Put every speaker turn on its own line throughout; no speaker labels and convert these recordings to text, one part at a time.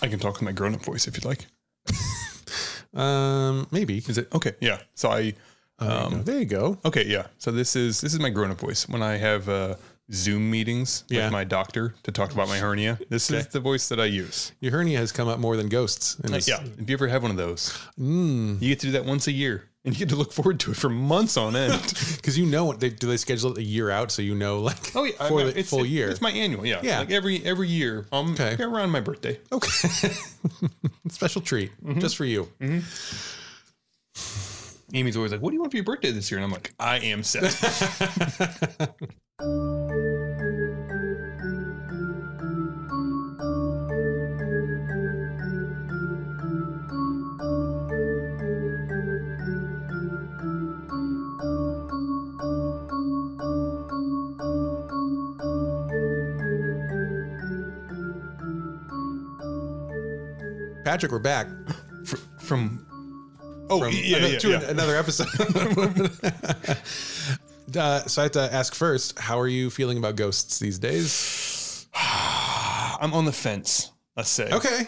I can talk in my grown up voice if you'd like.
Um, maybe.
Is it oh, okay? Yeah. So I
Um, there you go.
okay yeah. So this is this is my grown up voice when I have uh, Zoom meetings
Yeah.
with my doctor to talk about my hernia. This is the voice that I use.
Your hernia has come up more than ghosts. in this- Hmm.
Yeah. If you ever have one of those, you get to do that once a year, and you get to look forward to it for months on end.
Because you know what they do. They schedule it a year out, so you know, like,
oh yeah, I
for
know.
the full
it-
year.
It's my annual. Yeah.
Yeah.
Like every every year, um,
Okay.
around my birthday.
okay. Special treat
Mm-hmm.
just for you.
Amy's always like, "What do you want for your birthday this year?" And I'm like, "I am set."
Patrick, we're back
Fr- from oh
from
yeah,
ano-
yeah,
to
yeah.
an- another episode. uh, so I have to ask first, how are you feeling about ghosts these days?
I'm on the fence. Let's say.
Okay,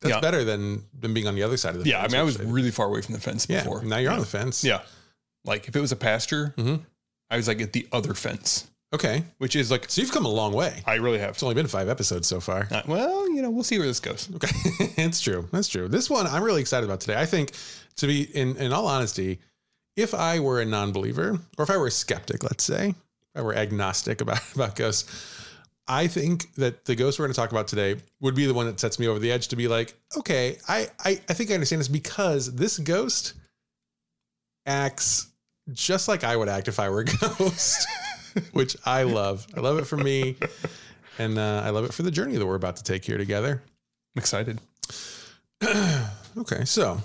that's
Yeah.
better than than being on the other side of the
Yeah, I
fence,
mean, I
which
was really far away from the fence
yeah.
before.
Now you're on the fence.
Yeah, like if it was a pasture,
Mhm.
I was like at the other fence,
Okay,
which is like
so you've come a long way.
I really have.
It's only been five episodes so far.
Uh, well, you know, we'll see where this goes.
Okay, it's true. That's true. This one I'm really excited about today. I think, to be in in all honesty, if I were a non-believer or if I were a skeptic, let's say, if I were agnostic about about ghosts, I think that the ghost we're going to talk about today would be the one that sets me over the edge to be like, okay, I I, I think I understand this because this ghost acts just like I would act if I were a ghost, which I love. I love it for me. And uh, I love it for the journey that we're about to take here together.
I'm excited.
okay, so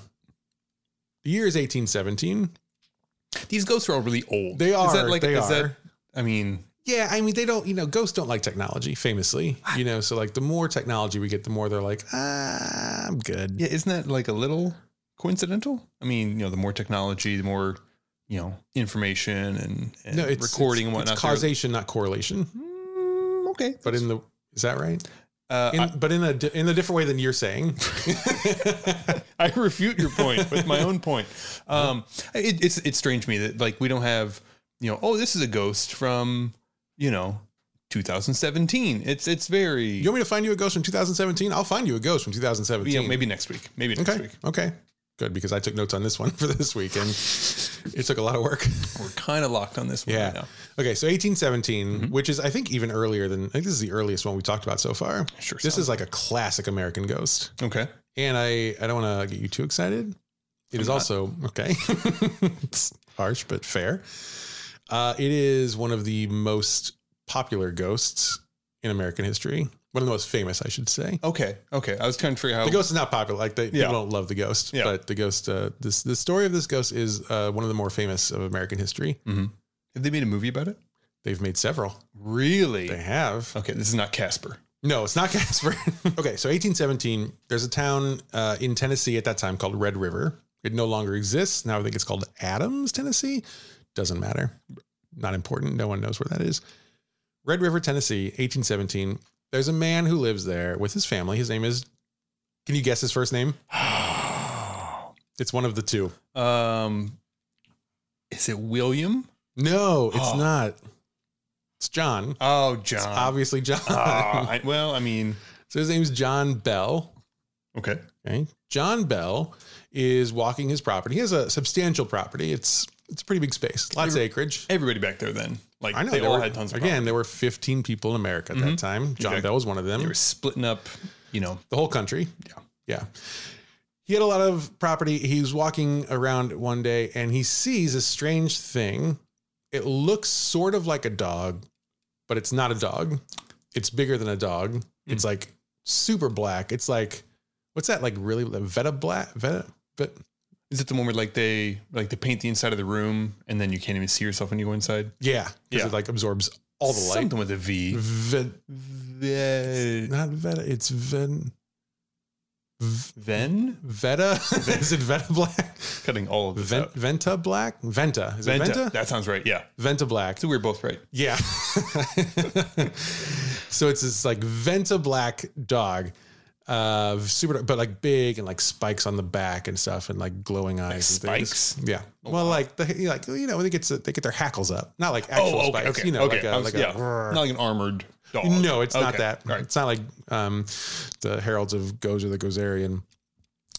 the year is 1817.
These ghosts are all really old.
They are.
Is that like?
they
is
are.
that? I mean,
yeah, I mean, they don't, you know, ghosts don't like technology, famously. You know, so like the more technology we get, the more they're like, ah, I'm good.
yeah, isn't that like a little coincidental? I mean, you know, the more technology, the more you know, information and, and recording and
it's-
whatnot.
It's
They're-
causation, not correlation.
Mm, okay,
But in the is that right?
uh,
In, but in a di- in a different way than you're saying.
I refute your point with my own point. Um, it, it's it's strange to me that like we don't have you know oh this is a ghost from you know 2017. It's it's very
you want me to find you a ghost from 2017? I'll find you a ghost from 2017.
you know, maybe next week maybe next
okay.
week
Okay. Good because I took notes on this one for this week and it took a lot of work.
we're kind of locked on this one
Yeah.
right now.
Okay, so 1817,
Mm-hmm.
which is I think even earlier than I think this is the earliest one we talked about so far.
Sure.
This
sounds-
is like a classic American ghost.
okay.
And I I don't want to get you too excited. It is
not.
also okay. it's harsh but fair. Uh, it is one of the most popular ghosts in American history. One of the most famous, I should say.
Okay. Okay. I was trying to figure out how
The ghost is not popular. Like they,
Oh. Yeah.
people don't love the ghost,
Yeah.
but the ghost. Uh, this the story of this ghost is uh, one of the more famous of American history.
have they made a movie about it?
They've made several.
Really?
They have.
Okay. This is not Casper.
No, it's not Casper. okay, so 1817, there's a town uh, in Tennessee at that time called Red River. It no longer exists. Now I think it's called Adams, Tennessee. Doesn't matter. Not important. No one knows where that is. Red River, Tennessee, 1817. There's a man who lives there with his family. His name is, can you guess his first name? It's one of the two.
um, is it William?
No, it's
Oh.
not. It's John.
Oh,
It's
John.
obviously John.
Ah, I- well, I mean,
so his name's John Bell.
okay.
Okay. John Bell is walking his property. He has a substantial property. It's it's a pretty big space, lots of acreage.
everybody back there then. Like
I know
they
there
all
were-
had tons of
again.
again.
There were 15 people in America at that time. John
Exactly.
Bell was one of them.
They were splitting up, you know.
the whole country.
Yeah.
yeah. He had a lot of property. He was walking around one day and he sees a strange thing. It looks sort of like a dog, but it's not a dog. It's bigger than a dog. It's
Mm.
like super black. It's like what's that like really Veta black Veta but
Is it the one where like they like they paint the inside of the room and then you can't even see yourself when you go inside?
Yeah, because
Yeah.
it like absorbs all the light.
Something with a V.
Ve-
Ve-
not Veta. It's Ven. V-
Ven?
Veta. is it Veta Black?
Cutting all of this
Ven-
out.
Venta Black. Venta. Is it
Venta.
Venta?
That sounds right. Yeah.
Venta Black.
So we were both right.
Yeah. so it's this like Venta Black dog. Uh, super, dark, but like big and like spikes on the back and stuff, and like glowing eyes. and things.
spikes? Oh,
Yeah. well, like the you know, like you know when they get to, they get their hackles up, not like
oh,
actual
okay,
spikes.
okay,
You know,
okay.
like a,
I'm-
like
yeah.
a
Not like an armored dog.
no, it's not
Okay,
that.
all right.
It's not like um, the Heralds of Gozer the Gozerian.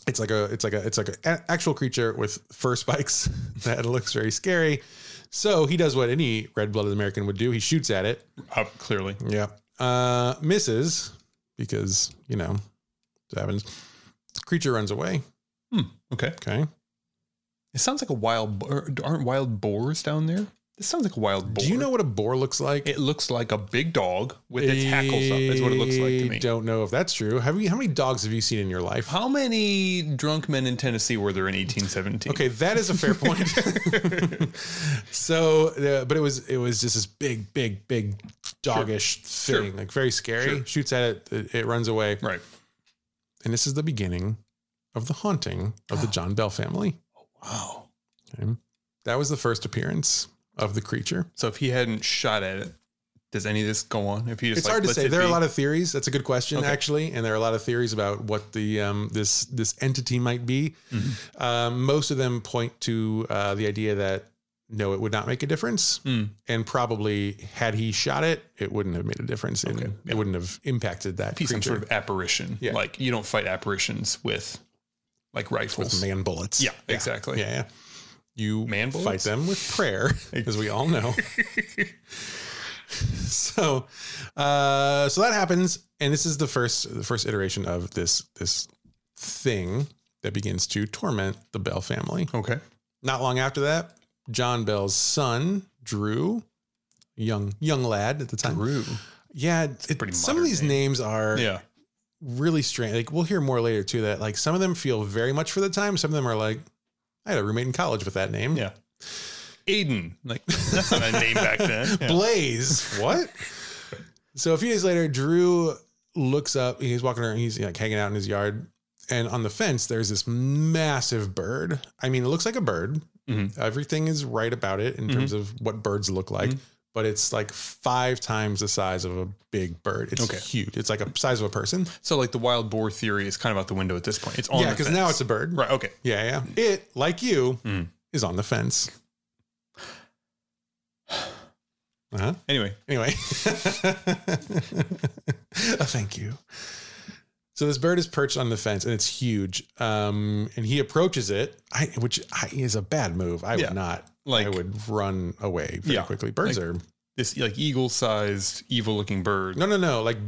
It's like a it's like a it's like an actual creature with fur spikes that looks very scary. So he does what any red-blooded American would do. He shoots at it.
Uh, clearly.
Yeah. Uh, misses because you know it happens. Creature runs away.
Okay.
Okay.
It sounds like a wild. Boar. Aren't wild boars down there? This sounds like a wild boar.
Do you know what a boar looks like?
It looks like a big dog with its hackles up. Is what it looks like to
I
me.
don't know if that's true. Have you? How many dogs have you seen in your life?
How many drunk men in Tennessee were there in 1817?
Okay, that is a fair point. so, uh, but it was it was just this big, big, big doggish
Sure.
thing, like very scary.
Sure.
Shoots at it, it, it runs away,
Right.
and this is the beginning of the haunting of the
Oh.
John Bell family.
Wow.
Okay. That was the first appearance of the creature.
So if he hadn't shot at it, does any of this go on? If he just
It's hard to say. There are a lot of theories. That's a good question,
Okay.
actually, and there are a lot of theories about what the um, this this entity might be.
Mm-hmm.
Um, most of them point to uh, the idea that no, it would not make a difference,
Mm.
and probably had he shot it, it wouldn't have made a difference, and
Okay.
it wouldn't have impacted that
be some
creature
sort of apparition.
Yeah.
Like you don't fight apparitions with like
with
rifles.
man bullets.
yeah, exactly.
Yeah, yeah. You
Man
fight
bullets?
them with prayer, as we all know. so, uh, so that happens, and this is the first the first iteration of this this thing that begins to torment the Bell family.
Okay.
Not long after that, John Bell's son Drew, young young lad at the time.
Drew.
Yeah, it-
pretty
some of
modern
these
name.
names are
Yeah.
really strange. Like we'll hear more later too. That like some of them feel very much for the time. Some of them are like, I had a roommate in college with that name.
Yeah. Aiden. Like that's not a name back then. Yeah.
Blaze. What? so a few days later, Drew looks up. He's walking around. He's like hanging out in his yard, and on the fence there's this massive bird. I mean, it looks like a bird.
Mhm.
Everything is right about it in terms
Mm-hmm.
of what birds look like. But it's like five times the size of a big bird. It's
Okay.
huge. It's like a size of a person.
So like the wild boar theory is kind of out the window at this point. It's on
yeah,
the
because
fence.
now it's a bird.
right. Okay.
Yeah, yeah. It, like you,
Mm.
is on the fence. Uh-huh.
Anyway,
Anyway. Oh, thank you. So this bird is perched on the fence and it's huge. Um, and he approaches it, I, which I, is a bad move. I
Yeah.
would not.
Like-
I would run away very
Yeah.
quickly. Birds are
this like eagle-sized, evil-looking bird.
no, no, no. Like,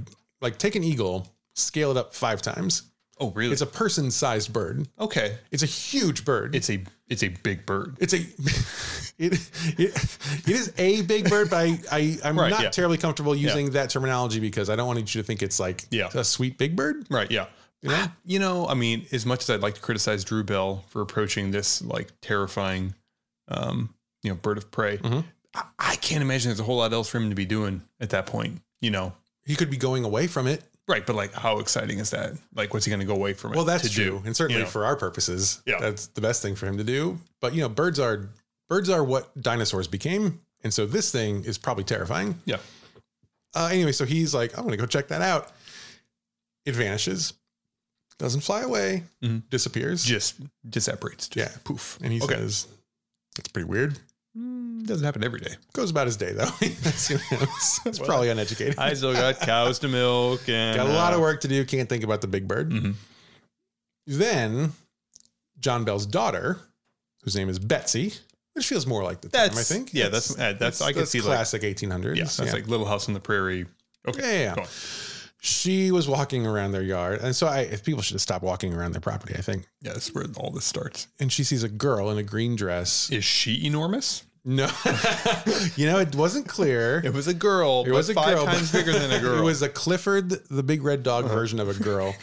like take an eagle, scale it up five times.
Oh, really?
It's a person-sized bird.
okay.
It's a huge bird.
It's a it's a big bird.
it's a it, it it is a big bird, but I, I I'm
Right,
not
yeah.
terribly comfortable using that terminology because I don't want you to think it's like
Yeah.
a sweet big bird.
Right. Yeah.
You know?
You know, I mean, as much as I'd like to criticize Drew Bell for approaching this like terrifying, um, you know, bird of prey,
Mhm.
I, I can't imagine there's a whole lot else for him to be doing at that point. You know,
He could be going away from it.
right? But like, how exciting is that? Like, what's he going to go away from?
Well,
it
that's
to
true,
Do?
and certainly
you know.
for our purposes,
Yeah.
that's the best thing for him to do. But you know, birds are birds are what dinosaurs became, and so this thing is probably terrifying.
Yeah.
Uh, anyway, so he's like, I'm gonna go check that out. It vanishes, doesn't fly away,
Mhm.
disappears.
Just just separates. Just
Yeah.
Poof.
and he
okay.
says, "That's pretty weird."
Mm, doesn't happen every day.
Goes about his day though. That's, you know, it's, it's
Well,
probably uneducated.
I still got cows to milk and uh,
Got a lot of work to do. Can't think about the big bird.
Mhm.
Then John Bell's daughter, whose name is Betsy, which feels more like the
That's
time, I think.
Yeah, that's uh, that's, I can
that's
see like
classic 1800s.
yeah, that's like Little House on the Prairie. Okay.
Yeah, yeah, yeah.
Go on.
She was walking around their yard, and so I, if people should have stopped walking around their property, I think.
Yeah, that's where all this starts.
And she sees a girl in a green dress.
Is she enormous?
No, you know, it wasn't clear.
It was a girl.
It was a
five
girl,
times
but-
bigger than a girl.
it was a Clifford the Big Red Dog version of a girl.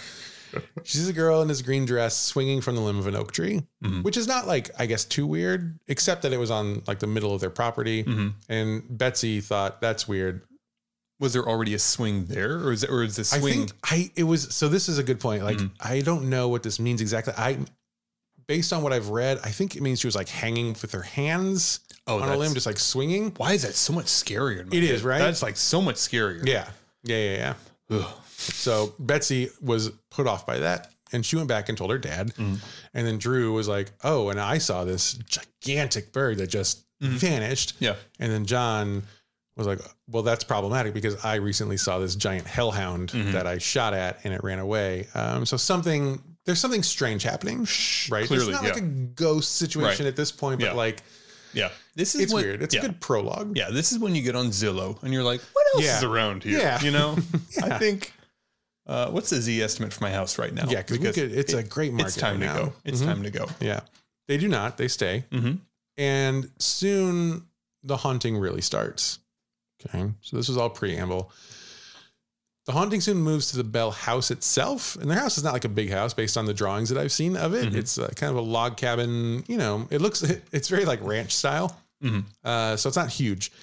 She's a girl in this green dress swinging from the limb of an oak tree,
Mhm.
which is not like I guess too weird, except that it was on like the middle of their property.
Mhm.
And Betsy thought that's weird.
Was there already a swing there, or is it, or is the swing? Mm-hmm.
I think I it was so. This is a good point. Like I don't know what this means exactly. I based on what I've read, I think it means she was like hanging with her hands
oh,
on a
that's-
limb, just like swinging.
why is that so much scarier? in my
It is,
head?
right?
That's like so much scarier.
Yeah, yeah, yeah, yeah.
Ugh.
So Betsy was put off by that. And she went back and told her dad.
Mm.
And then Drew was like, Oh, and I saw this gigantic bird that just
Mhm.
vanished.
Yeah.
And then John was like, Well, that's problematic because I recently saw this giant hellhound
Mhm.
that I shot at and it ran away. Um, so something, there's something strange happening, right?
clearly,
it's not like
yeah.
a ghost situation at this point, but
Yeah.
like
Yeah. This is
it's
what-
weird. It's
yeah.
a good prologue.
Yeah, this is when you get on Zillow and you're like, what else
Yeah.
is around here?
Yeah.
You know, I
Yeah.
think, uh, what's the Z estimate for my house right now?
Yeah, cause we could- it's a great market.
it's time to
right now.
go. It's
Mhm.
time to go.
Yeah. They do not, they stay.
Mm-hmm.
And soon the haunting really starts. Okay. So this was all preamble. The haunting soon moves to the Bell house itself. And their house is not like a big house based on the drawings that I've seen of it.
Mhm.
It's uh, kind of a log cabin. You know, it looks, it's very like ranch style.
Mhm.
Uh, so it's not huge.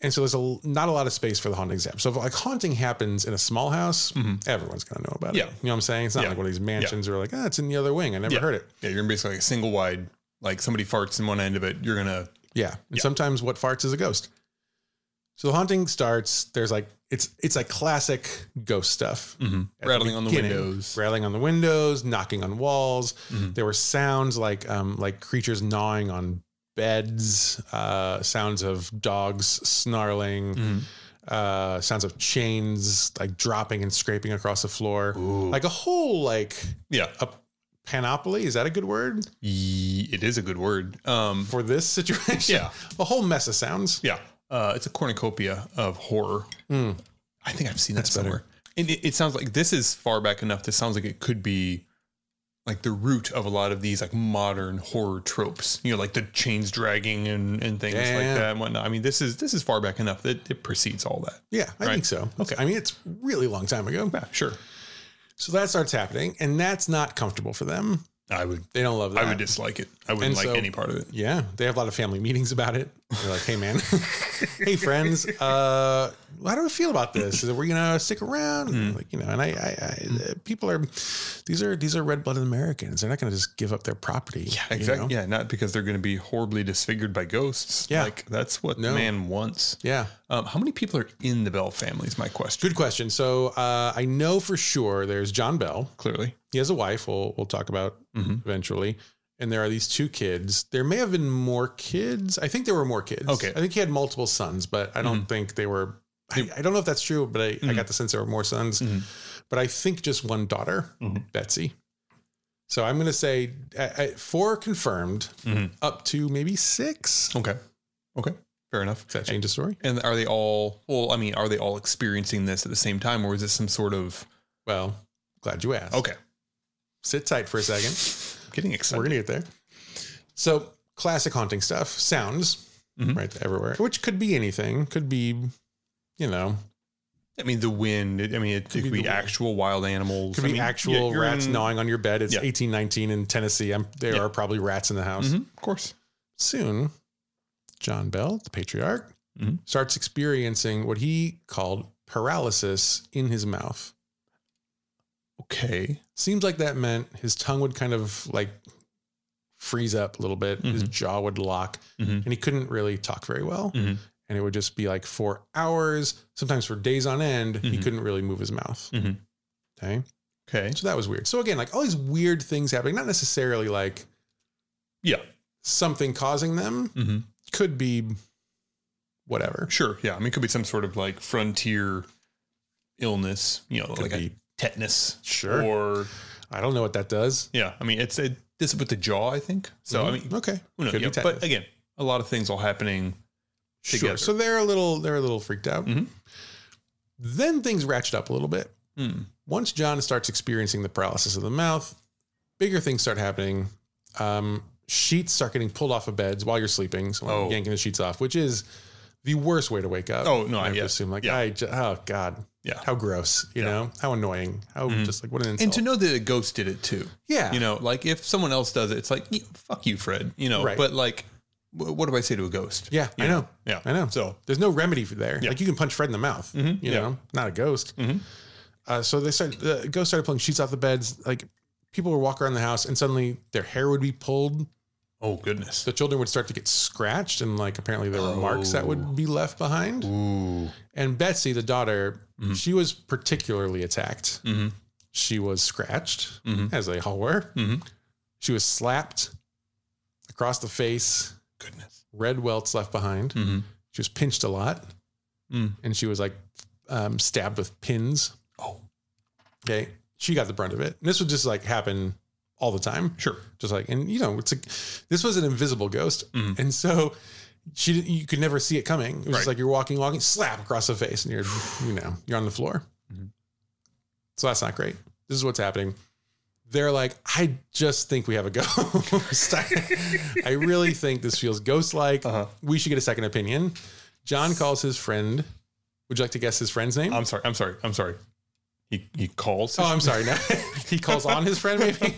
And so there's a, l- not a lot of space for the haunting exam. So if like haunting happens in a small house,
Mhm.
everyone's going to know about
Yeah.
it. You know what I'm saying? It's not
Yeah.
like one of these mansions where like, ah, it's in the other wing. I never
Yeah.
heard it.
Yeah, you're gonna be like a single wide, like somebody farts in one end of it. You're gonna,
Yeah. And sometimes what farts is a ghost. So the haunting starts. There's like it's it's like classic ghost stuff. At the
rattling on the
beginning,
windows.
Rattling on the windows, knocking on walls.
Mhm.
There were sounds like um like creatures gnawing on beds, uh sounds of dogs snarling,
Mhm.
uh sounds of chains like dropping and scraping across the floor.
Ooh.
Like a whole like
yeah,
a panoply, is that a good word
Ye- it is a good word. Um,
for this situation?
yeah,
A whole mess of sounds.
yeah. Uh, it's a cornucopia of horror.
Mm.
I think I've seen that
That's better.
somewhere. And it, it sounds like this is far back enough. This sounds like it could be like the root of a lot of these like modern horror tropes. You know, like the chains dragging and, and things
Yeah.
like that and whatnot. I mean, this is this is far back enough that it precedes all that.
Yeah, I
Right.
think so. Okay. I mean, it's really long time ago.
Yeah, sure.
So that starts happening, and that's not comfortable for them.
I would
They don't love that.
I would dislike it. I wouldn't
And
like
so-
any part of it.
Yeah, they have a lot of family meetings about it. They're like, "Hey, man, hey, friends, uh, how do we feel about this? Is it, we're gonna stick around,
Hmm.
like you know." And I, I, I uh, people are these are these are red blooded Americans. They're not gonna just give up their property. Yeah,
Exactly. Yeah, not because they're going to be horribly disfigured by ghosts.
Yeah.
like that's what
No.
the man wants.
Yeah,
Um, how many people are in the Bell family? Is my question.
good question. So uh, I know for sure there's John Bell.
Clearly,
He has a wife. We'll we'll talk about
Mhm.
eventually. And there are these two kids. There may have been more kids. I think there were more kids.
Okay. Mm-hmm.
I think he had multiple sons, but I don't think they were. I, I don't know if that's true, but I, I
Mhm.
got the sense there were more sons.
Mhm.
But I think just one daughter,
Mhm.
Betsy. So I'm going to say uh, uh, four confirmed,
Mhm.
up to maybe six.
okay, okay, fair enough.
Does that change the story?
And are they all? Well, I mean, are they all experiencing this at the same time, or is this some sort of?
Well, glad you asked.
Okay,
Sit tight for a second.
getting
We're
excited.
gonna get there. So classic haunting stuff, sounds
Mhm.
right everywhere, which could be anything. Could be, you know,
I mean, the wind. it- I mean, it could,
be
be,
the wind.
actual wild animals.
could
I
be
mean, yeah,
actual
you're
rats
in-
gnawing on your bed. It's
Yeah.
eighteen nineteen in Tennessee. I'm, there
Yeah.
are probably rats in the house.
Mhm, Of course.
Soon, John Bell, the patriarch,
Mhm.
starts experiencing what he called paralysis in his mouth.
Okay.
Seems like that meant his tongue would kind of like freeze up a little bit, his
Mhm.
jaw would lock,
Mhm.
and he couldn't really talk very well.
Mhm.
and it would just be like for hours, sometimes for days on end, he
Mhm.
couldn't really move his mouth.
Mhm.
Okay.
Okay.
So that was weird. So again, like all these weird things happening, not necessarily like
Yeah.
something causing them,
Mm-hmm.
could be whatever.
Sure. Yeah. I mean, it could be some sort of like frontier illness. You know,
Could
like a
be
tetanus.
sure.
Or
I don't know what that does.
yeah. I mean, it's a, this with the jaw. I think. So I
Mhm.
mean,
okay.
who knows?
Could be
Yeah,
tetanus.
but again, a lot of things all happening.
Sure.
together.
So they're a little they're a little freaked out.
Mhm.
Then things ratchet up a little bit.
Hmm.
once John starts experiencing the paralysis of the mouth, bigger things start happening. Um, sheets start getting pulled off of beds while you're sleeping. So
Oh.
yanking the sheets off, which is the worst way to wake up.
Oh, no,
I have
yeah.
to assume like
Yeah.
I ju- oh god,
Yeah.
how gross, you
Yeah.
know, how annoying, how
Mhm.
just like what an insult.
And to know that a ghost did it too.
yeah,
You know, like if someone else does it, it's like, "Yeah, fuck you, Fred. You know,
Right.
but like, wh- what do I say to a ghost?
yeah, I
you
know,
Yeah.
I know.
So,
There's no remedy for there.
Yeah.
Like you can punch Fred in the mouth,
Mhm.
you
Yeah.
know, not a ghost.
Mhm.
Uh, so they started, the ghost started pulling sheets off the beds. Like people would walk around the house and suddenly their hair would be pulled.
oh goodness.
the children would start to get scratched and like apparently there were marks that
Oh.
would be left behind
Ooh.
and betsy the daughter
Mhm.
she was particularly attacked.
Mm-hmm.
She was scratched,
Mhm.
as they all were.
Mhm.
She was slapped across the face,
Goodness.
red welts left behind.
Mm-hmm.
She was pinched a lot,
Mm.
and she was like um, stabbed with pins.
Oh.
Okay, she got the brunt of it. And this would just like happen all the time.
Sure.
just like and you know it's a this was an invisible ghost
Mhm.
and so she didn't- you could never see it coming it was just
Right.
like you're walking walking slap across the face and you're you know you're on the floor
Mhm.
so that's not great this is what's happening they're like i just think we have a ghost I, I really think this feels ghost like
Uh-huh.
we should get a second opinion john calls his friend would you like to guess his friend's name
I'm sorry. I'm sorry. I'm sorry. He he calls.
oh i'm sorry no he calls on his friend maybe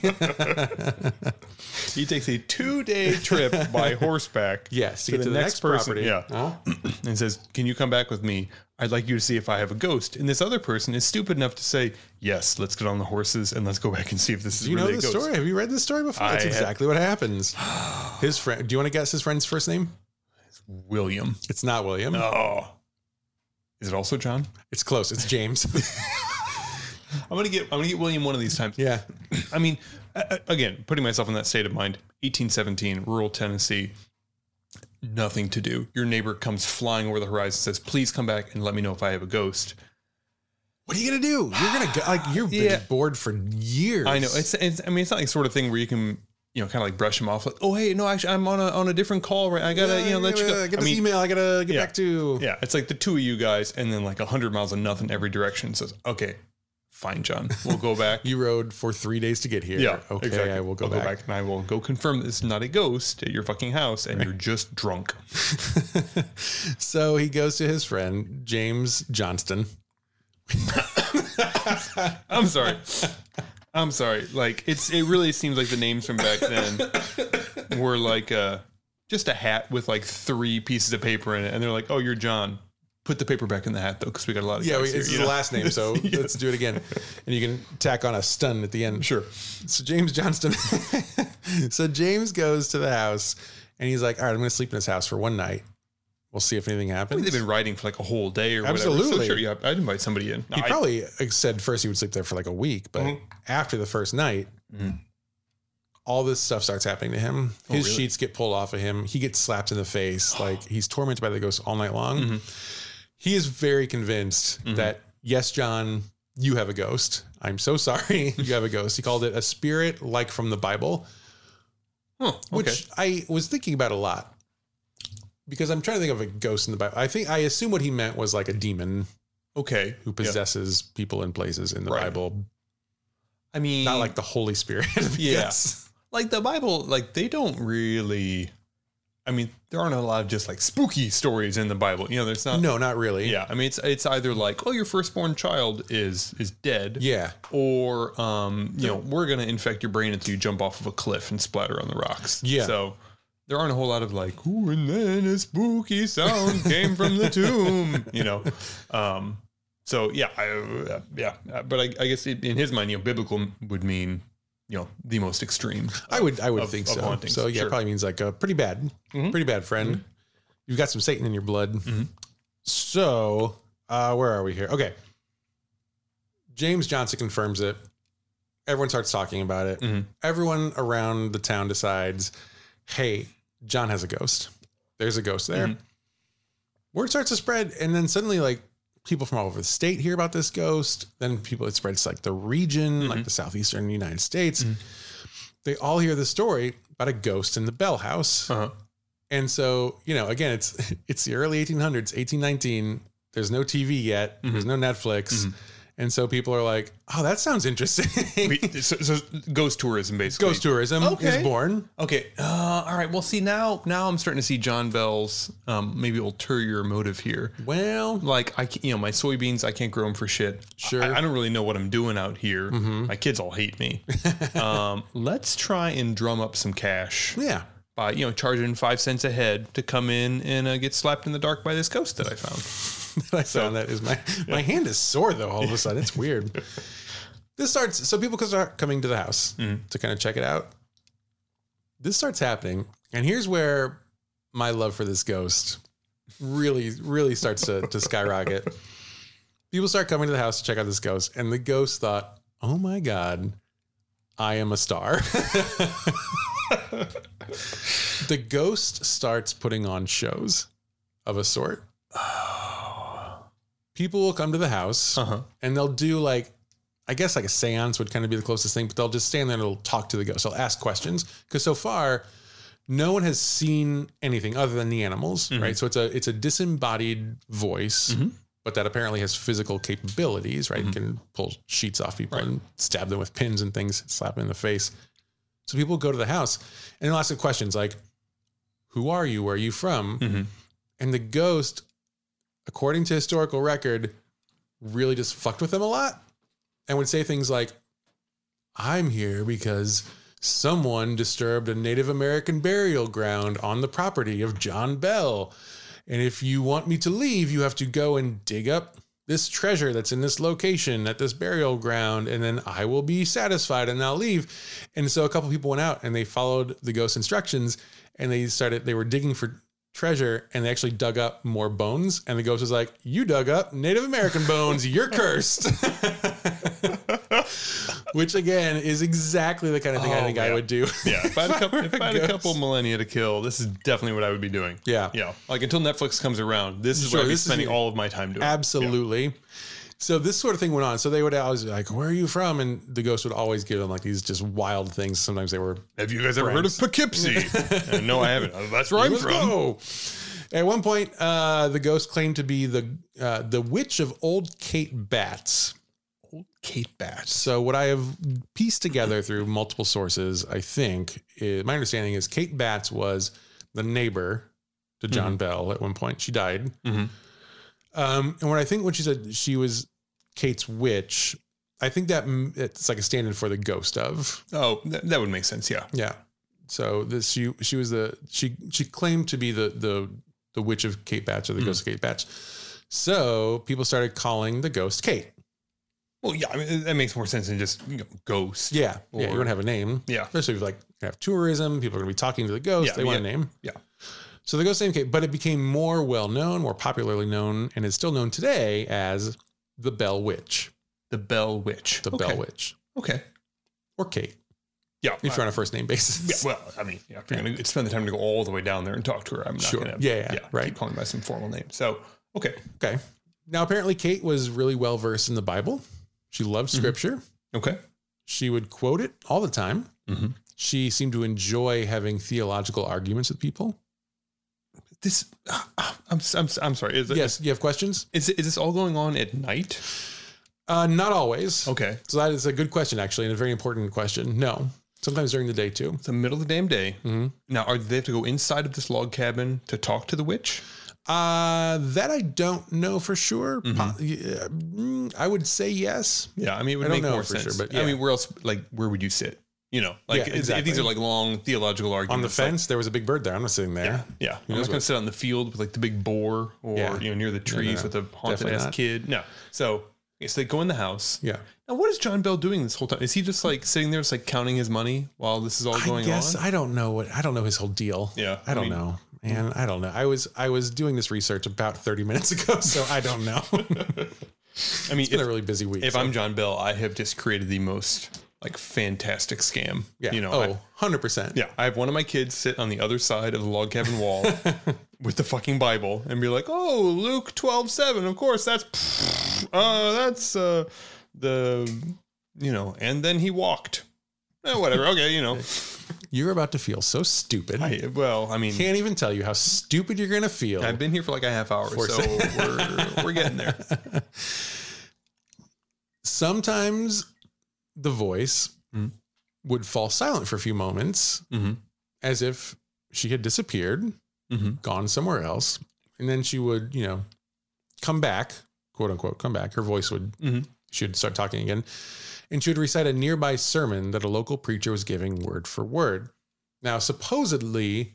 he takes a two day trip by horseback
yes to,
To
get
the
to the
next
next,
person,
property
yeah.
Well,
and says, "Can you come back with me? I'd like you to see if I have a ghost." And this other person is stupid enough to say, "Yes, let's get on the horses and let's go back and see if this is
Do you
really
know
a
this
ghost."
story? Have you read this story before? That's
I have-
exactly what happens. His friend. Do you want to guess his friend's first name?
William.
It's not William.
Oh. Is it also John?
It's close. It's James.
I'm gonna get I'm gonna get William one of these times.
yeah.
I mean, a- a- again, putting myself in that state of mind, 1817, rural Tennessee, nothing to do. Your neighbor comes flying over the horizon, says, "Please come back and let me know if I have a ghost."
What are you gonna do? You're gonna go, like you've been
Yeah.
bored for years.
I know it's, it's. I mean, it's not like sort of thing where you can, you know, kind of like brush them off. Like, oh, hey, no, actually, I'm on a on a different call. Right, I gotta, you know, let you go.
I got
I
this
mean,
email. I gotta get
yeah.
back to.
yeah, it's like the two of you guys, and then like hundred miles of nothing every direction. Says, okay, fine, John, we'll go back.
You rode for three days to get here.
Yeah.
Okay.
exactly.
I will go
I'll
back.
and I will go confirm that it's not a ghost at your fucking house and you're just drunk.
so he goes to his friend James Johnston.
I'm sorry. I'm sorry. Like it's it really seems like the names from back then were like uh just a hat with like three pieces of paper in it and they're like, "Oh, you're John. Put the paper back in the hat though cuz we got a lot of
Yeah, we,
guys here,
it's
you
his
know?
last name, so
Yeah.
let's do it again. And you can tack on a stun at the end.
Sure.
So James Johnston. so James goes to the house and he's like, all right, I'm going to sleep in this house for one night. We'll see if anything
I
happens.
mean, they've been riding for like a whole day or whatever.
Absolutely.
So sure, yeah, I'd invite somebody in.
he
I-
probably said first he would sleep there for like a week, but
Mhm.
after the first night,
Mhm.
all this stuff starts happening to him.
Oh,
His
really?
sheets get pulled off of him. He gets slapped in the face. like he's tormented by the ghost all night long.
Mhm.
He is very convinced
Mhm.
that, yes, John, you have a ghost. I'm so sorry. you have a ghost. He called it a spirit like from the Bible.
Huh, okay.
which I was thinking about a lot because I'm trying to think of a ghost in the Bible. I think I assume what he meant was like a demon
okay.
who
Yeah.
possesses people and places in the
Right.
Bible,
I mean,
not like the Holy Spirit. because-
like the Bible, like they don't really. I mean, there aren't a lot of just like spooky stories in the Bible. You know, there's not.
no, not really.
Yeah, I mean, it's it's either like, oh, your firstborn child is is dead,
yeah.
or um, you know, we're gonna infect your brain until you jump off of a cliff and splatter on the rocks.
Yeah.
So there aren't a whole lot of like, ooh, and then a spooky sound came from the tomb. You know, um. So yeah, I, uh, yeah, uh, but I, I guess in in his mind, you know, biblical would mean you know the most extreme.
I would, I would
of-
think
of
so.
hauntings,
So yeah,
sure.
it probably means like a pretty bad,
Mhm.
pretty bad friend. You've got some Satan in your blood.
Mhm.
So uh, where are we here? Okay. James Johnson confirms it. Everyone starts talking about it.
Mhm.
Everyone around the town decides, hey, John has a ghost. There's a ghost there.
Mhm.
Word starts to spread, and then suddenly, like people from all over the state hear about this ghost. Then people it spreads to, like the region,
Mm-hmm.
like the southeastern United States. They all hear the story about a ghost in the Bell House.
Uh-huh.
And so, you know, again, it's it's the early 1800s, 1819. There's no TV yet.
Mm-hmm.
There's no Netflix. And so people are like, "Oh, that sounds interesting."
We- so, so ghost tourism basically.
Ghost tourism
Okay.
is born.
Okay. Uh, all right. Well, see now now I'm starting to see John Bell's um, maybe ulterior motive here.
Well,
Like I, can- you know, my soybeans I can't grow them for shit.
Sure. Mm-hmm.
I, I don't really know what I'm doing out here. My kids all hate me. um, let's try and drum up some cash
yeah.
by you know charging five cents a head to come in and uh, get slapped in the dark by this ghost that I found.
I found that is my my hand is sore though. All of a sudden, it's weird. This starts so people can start coming to the house to kind of check it out. This starts happening, and here's where my love for this ghost really, really starts to, to skyrocket people start coming to the house to check out this ghost, and the ghost thought, "Oh my god, I am a star." the ghost starts putting on shows of a sort. People will come to the house
Uh huh.
and they'll do like I guess like a seance would kind of be the closest thing, but they'll just stand there and they'll talk to the ghost. They'll ask questions because so far, no one has seen anything other than the animals,
Mhm.
right? So it's a it's a disembodied voice,
Mhm.
but that apparently has physical capabilities, right? It can pull sheets off people
Right.
and stab them with pins and things, slap them in the face. So people go to the house and they'll ask the questions like, "Who are you? Where are you from?"
Mhm.
And the ghost, according to historical record, really just fucked with them a lot and would say things like, I'm here because someone disturbed a Native American burial ground on the property of John Bell. And if you want me to leave, you have to go and dig up this treasure that's in this location at this burial ground, and then I will be satisfied and I'll leave. And so a couple people went out and they followed the ghost instructions and they started, they were digging for treasure and they actually dug up more bones. And the ghost was like, You dug up Native American bones, you're cursed. Which again is exactly the kind of thing I
Oh,
think I
yeah.
would do.
Yeah. If I had a couple, if I had a
Ghost.
couple millennia to kill, this is definitely what I would be doing.
Yeah.
Yeah. Like until Netflix comes around, this is
Sure,
what I'd be
this is-
spending all of my time doing.
Absolutely. So this sort of thing went on. So they would always be like, "Where are you from?" And the ghost would always give them like these just wild things. Sometimes they were
Have you guys ever heard of Poughkeepsie? Uh, no, I haven't. Uh, That's where I'm
Let's
from.
go. At one point, uh, the ghost claimed to be the uh, the witch of old Kate Batts.
Kate Bass.
So what I have pieced together through multiple sources, I think, is, my understanding is Kate Batts was the neighbor to John
Mm-hmm.
Bell at one point. She died.
Mhm.
Um, and what I think when she said she was Kate's witch, I think that m- it's like a stand-in for the ghost of.
Oh, th- that would make sense. Yeah.
Yeah. So this she she was the she she claimed to be the the the witch of Kate Batch
Hmm.
or the ghost of Kate Batch. So people started calling the ghost Kate.
Well, yeah. I mean, that makes more sense than just you know, ghost.
Yeah. yeah.
Or-
You don't have a name.
Yeah.
especially if like you have tourism, people are going to be talking to the ghost.
Yeah,
they want
yeah,
a name.
yeah.
So the ghost name came, but it became more well known, more popularly known, and is still known today as the Bell Witch,
The Bell Witch.
the
okay.
Bell Witch,
Okay.
or Kate,
Yeah.
if
uh,
you're on a first name basis.
yeah, well, I mean, yeah, if you're going to spend the time to go all the way down there and talk to her, I'm not
Sure.
going to
Yeah, yeah, right.
keep calling by some formal name. So, okay.
Okay. Now apparently Kate was really well versed in the Bible. She loved
Mhm.
Scripture.
Okay.
She would quote it all the time.
Mm-hmm.
She seemed to enjoy having theological arguments with people.
This, uh, I'm, I'm, I'm sorry. Is, it-
yes, you have questions?
is, is this all going on at night?
Uh, not always.
Okay.
So that is a good question, actually, and a very important question. No, sometimes during the day too.
It's the middle of the damn day.
Mhm.
Now, are they have to go inside of this log cabin to talk to the witch?
Uh, that I don't know for sure.
Mm-hmm.
Po- yeah, mm, I would say yes.
Yeah, I mean, it
I
would
don't
make
know
more
for
sense.
sure, but
I
yeah.
mean, where else? Like, where would you sit? You know, like
Yeah,
if- if these
exactly.
are like long theological arguments
On the
like,
fence, there was a big bird there. I'm not sitting there.
yeah,
Who
I'm not
knows
going
what-
to sit out in the field with like the big boar or
Yeah.
you know near the trees
no,
with a haunted
definitely
ass
not.
kid. No, so okay, so they go in the house.
Yeah.
Now, what is John Bell doing this whole time? Is he just like sitting there, just like counting his money while this is all
I
going
guess
on?
I don't know what I don't know his whole deal.
Yeah,
I don't
I mean- mm-hmm.
know, man. I don't know. I was I was doing this research about 30 minutes ago, so I don't know.
I, mean,
it's been
if,
a really busy week.
if
so-
I'm John Bell, I have just created the most like fantastic scam.
yeah,
you know, I-
oh, 100 percent.
Yeah, I have one of my kids sit on the other side of the log cabin wall with the fucking Bible and be like, "Oh, Luke twelve seven. Of course, that's uh, that's uh, the you know." And then he walked. Eh, whatever. Okay, you know.
You're about to feel so stupid. I
I, well, I mean,
can't even tell you how stupid you're gonna feel.
I've been here for like a half hour,
Force
so we're we're getting there.
sometimes the voice
Mm.
would fall silent for a few moments
Mm-hmm.
as if she had disappeared,
Mm-hmm.
gone somewhere else. And then she would, you know, come back, quote unquote, come back. Her voice would,
Mhm.
she would start talking again. And she would recite a nearby sermon that a local preacher was giving word for word. Now, supposedly,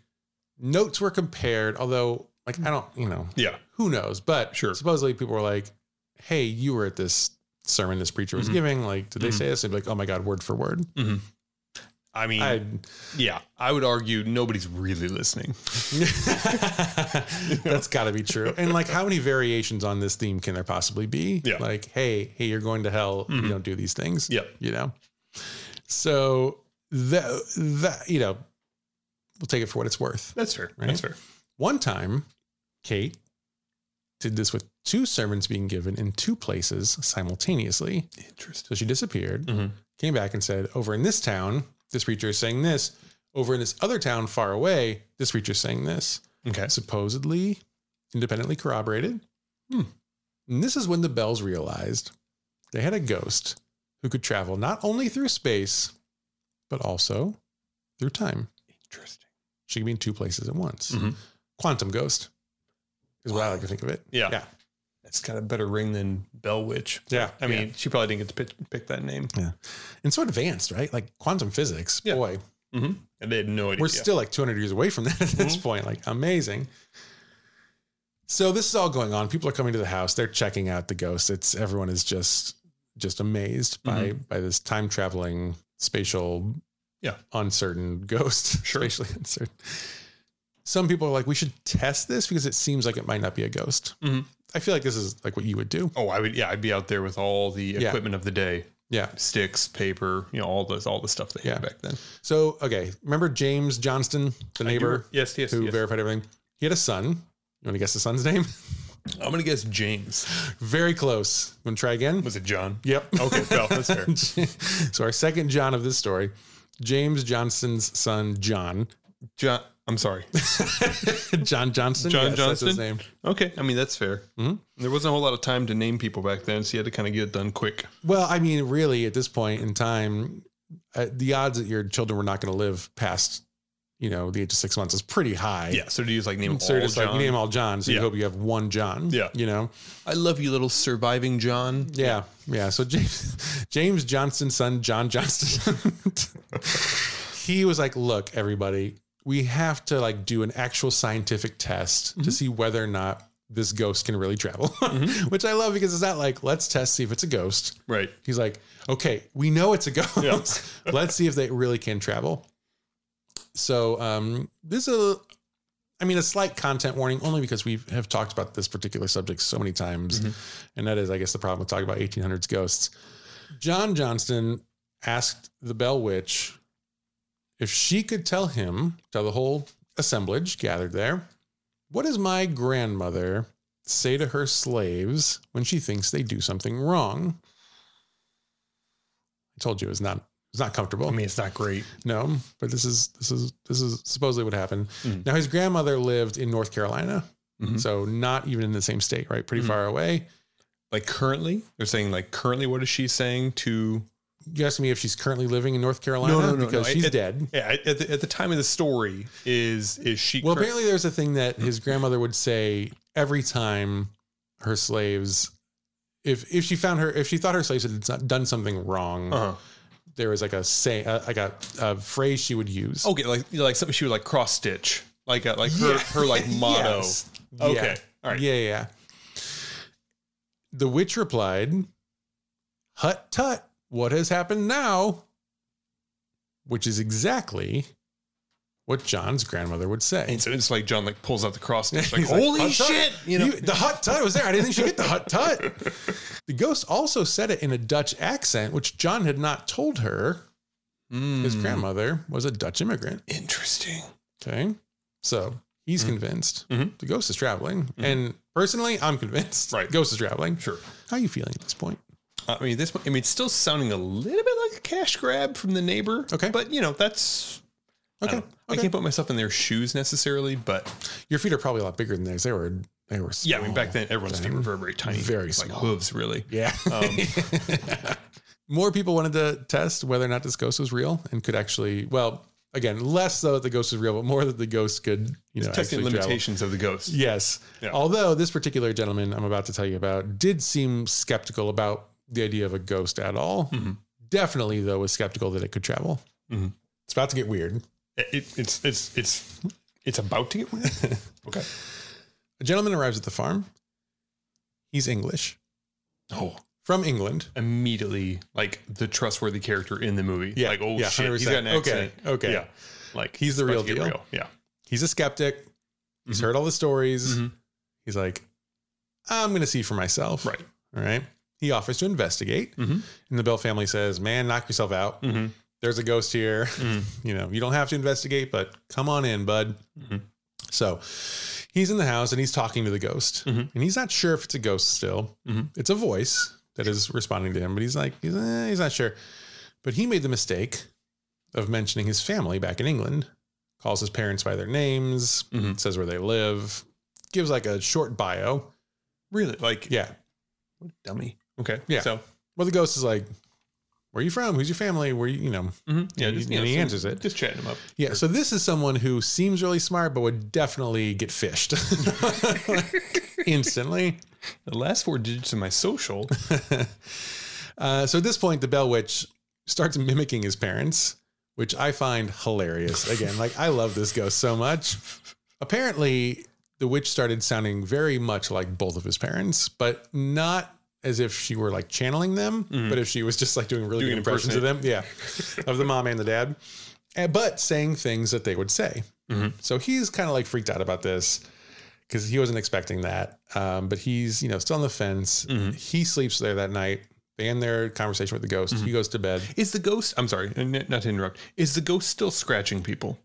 notes were compared, although, like, I don't, you know,
Yeah.
who knows? But
Sure.
supposedly people were like, "Hey, you were at this sermon this preacher was
Mhm.
giving. Like, did they
Mhm.
say this?" They'd be like, "Oh my god, word for word."
Mhm. I mean,
I,
yeah, I would argue nobody's really listening.
that's got to be true. And like, how many variations on this theme can there possibly be?
Yeah. Mm-hmm.
Like, hey, hey, you're going to hell. if You don't do these things.
Yep.
You know. So that that you know, we'll take it for what it's worth.
That's fair.
Right?
That's fair.
One time, Kate did this with two sermons being given in two places simultaneously.
Interesting.
So she disappeared,
Mhm.
came back and said, Over in this town, this preacher is saying this. Over in this other town far away, this preacher is saying this.
Okay.
Supposedly independently corroborated.
Hmm.
And this is when the Bells realized they had a ghost who could travel not only through space, but also through time.
Interesting.
She could be in two places at once.
Mhm.
Quantum ghost is what I like to think of it.
Yeah.
Yeah.
That's got a better ring than Bell Witch.
Yeah.
I mean, she probably didn't get to pick, pick that name.
and so advanced, right? Like quantum physics.
Yeah.
Boy,
And they had no idea.
we're still like 200 years away from that at this
Mm-hmm.
point. Like amazing. So this is all going on. People are coming to the house. They're checking out the ghost. It's everyone is just just amazed by by this time traveling spatial,
Mm-hmm. Yeah.
uncertain ghost.
Sure.
Spatially uncertain. Some people are like, we should test this because it seems like it might not be a ghost.
Mhm.
I feel like this is like what you would do.
Oh, I would. Yeah, I'd be out there with all the
Yeah.
equipment of the day:
Yeah.
sticks, paper, you know, all this, all the stuff they had
Yeah.
back then.
So okay, remember James Johnston, the neighbor
Yes, yes.
who
yes.
verified everything? He had a son. You want to guess the son's name?
I'm gonna guess James.
Very close. Want to try again?
Was Oh, it John?
Yep.
Okay, well, that's fair.
so our second John of this story, James Johnston's son John,
John. I'm sorry.
John Johnston.
John
that's his
Johnston?
name.
Okay, I mean that's fair.
Mhm.
There wasn't a whole lot of time to name people back then, so you had to kind of get it done quick.
Well, I mean, really, at this point in time, uh, the odds that your children were not going to live past, you know, the age of six months is pretty high.
Yeah. So do you just like name
So
all
you're just
John?
like you name all John, so you
Yeah.
hope you have one John.
Yeah.
You know.
I love you, little surviving John.
Yeah, yeah. So James James Johnston's son, John Johnston, he was like, "Look, everybody, we have to like do an actual scientific test to see whether or not this ghost can really travel." Which I love because it's not like let's test see if it's a ghost.
Right.
He's like, "Okay, we know it's a ghost.
Yeah.
let's see if they really can travel." So um, this is a. I mean, a slight content warning only because we have talked about this particular subject so many times.
Mm-hmm.
And that is, I guess, the problem with talking about 1800s ghosts. John Johnston asked the Bell Witch if she could tell him, tell the whole assemblage gathered there, what does my grandmother say to her slaves when she thinks they do something wrong? I told you it was not, it's not comfortable.
I mean, it's not great.
No, but this is this is this is supposedly what happened.
Mm.
Now his grandmother lived in North Carolina,
Mhm.
so not even in the same state, right? Pretty
Mm.
far away.
Like currently, they're saying like currently, what is she saying to?
You asking me if she's currently living in North Carolina
no, no,
because
no.
she's
It-
dead.
Yeah. At the, at the time of the story, is is she?
Well,
current-
apparently there's a thing that his
Mm-hmm.
grandmother would say every time her slaves, if if she found her, if she thought her slaves had done- done something wrong,
Uh-huh.
there was like a say, uh, like a, a phrase she would use.
Okay, like like something she would like cross stitch, like a, Oh, like her
Yeah.
her like motto.
Yes.
Okay,
Yeah.
all right.
Yeah, yeah, yeah. The witch replied, Hut tut, what has happened now? Which is exactly what John's grandmother would say.
And so it's like John like pulls out the cross stitch, like
He's
holy
"Hut tut?
shit, you know.
the hut tut was there. I didn't think she'd get the hut tut. The ghost also said it in a Dutch accent, which John had not told her. His
Mm.
grandmother was a Dutch immigrant.
Interesting.
Okay. So he's
Mhm.
convinced
Mhm.
the ghost is traveling. And personally, I'm convinced.
Mm-hmm. Right.
Ghost is traveling.
Sure. Uh,
How are you feeling at this point?
I mean, this. I mean, it's still sounding a little bit like a cash grab from the neighbor.
Okay.
but you know that's. I,
Okay. okay.
don't- I can't put myself in their shoes necessarily, but
Your feet are probably a lot bigger than theirs. They were they were
yeah, I mean, back
small
then everyone's feet
then.
were very, very tiny,
Oh, Very
like
small.
hooves, really.
Yeah.
Um,
More people wanted to test whether or not this ghost was real and could actually well, again, less though that the ghost was real, but more that the ghost could, you know,
Testing
actually travel.
limitations of the ghost.
Yes.
Yeah.
Although this particular gentleman I'm about to tell you about did seem skeptical about the idea of a ghost at all.
Mhm.
Definitely, though, was skeptical that it could travel.
Mhm.
It's about to get weird.
It, it's it's it's it's about to get weird. okay.
A gentleman arrives at the farm. He's English
Oh,
from England.
immediately like the trustworthy character in the movie.
Yeah,
Like, oh
yeah,
shit, he's got an
100%. Okay,
accent.
okay.
Yeah. Like
He's the
about
real
to get
deal.
Yeah.
He's a skeptic. He's
Mhm.
heard all the stories.
Mhm.
He's like, I'm going to see for myself.
Right.
All right. He offers to investigate.
Mhm.
And the Bell family says, Man, knock yourself out.
Mhm.
There's a ghost here.
Mhm.
You know, you don't have to investigate, but come on in, bud.
Mhm.
So he's in the house and he's talking to the ghost.
Mhm.
And he's not sure if it's a ghost still.
Mhm.
It's a voice that is responding to him, but he's like, he's, eh, he's not sure. But he made the mistake of mentioning his family back in England, calls his parents by their names,
Mhm.
says where they live, gives like a short bio.
Really? Like,
Yeah.
dummy. Okay.
Yeah.
So,
Well, the ghost is like, where are you from? Who's your family? Where you, you know?
mhm. yeah,
And
just,
he-
yeah,
and he
so
answers it.
Just chatting him up.
Yeah. So this is someone who seems really smart, but would definitely get fished instantly.
The last four digits of my social.
uh, so at this point, the Bell Witch starts mimicking his parents, which I find hilarious. Again, like I love this ghost so much. Apparently, the witch started sounding very much like both of his parents, but not as if she were like channeling them,
Mhm.
but if she was just like doing really
Doing
good impressions of them. Yeah. of the mom and the dad, and, but saying things that they would say.
Mhm.
So he's kind of like freaked out about this because he wasn't expecting that. Um, but he's, you know, still on the fence.
Mhm.
He sleeps there that night. They end their conversation with the ghost.
Mm-hmm.
He goes to bed.
Is the ghost, I'm sorry, n- not to interrupt, is the ghost still scratching people?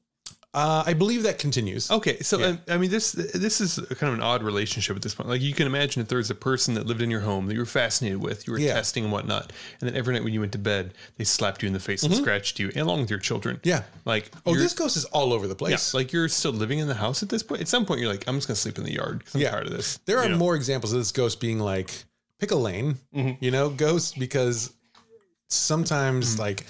Uh, I believe that continues.
Okay, so uh, I, I mean, this this is kind of an odd relationship at this point. Like you can imagine, if there was a person that lived in your home that you were fascinated with, you were
Yeah.
testing and whatnot, and then every night when you went to bed, they slapped you in the face and scratched you, along with your children.
Mm-hmm. Yeah.
like
Oh,
you're,
this ghost is all over the
yeah,
place.
like you're still living in the house at this point. At some point, you're like, I'm just gonna sleep in the yard because I'm
Yeah.
tired of this.
there are
You know?
more examples of this ghost being like, pick a lane,
Mm-hmm.
you know, ghost, because sometimes like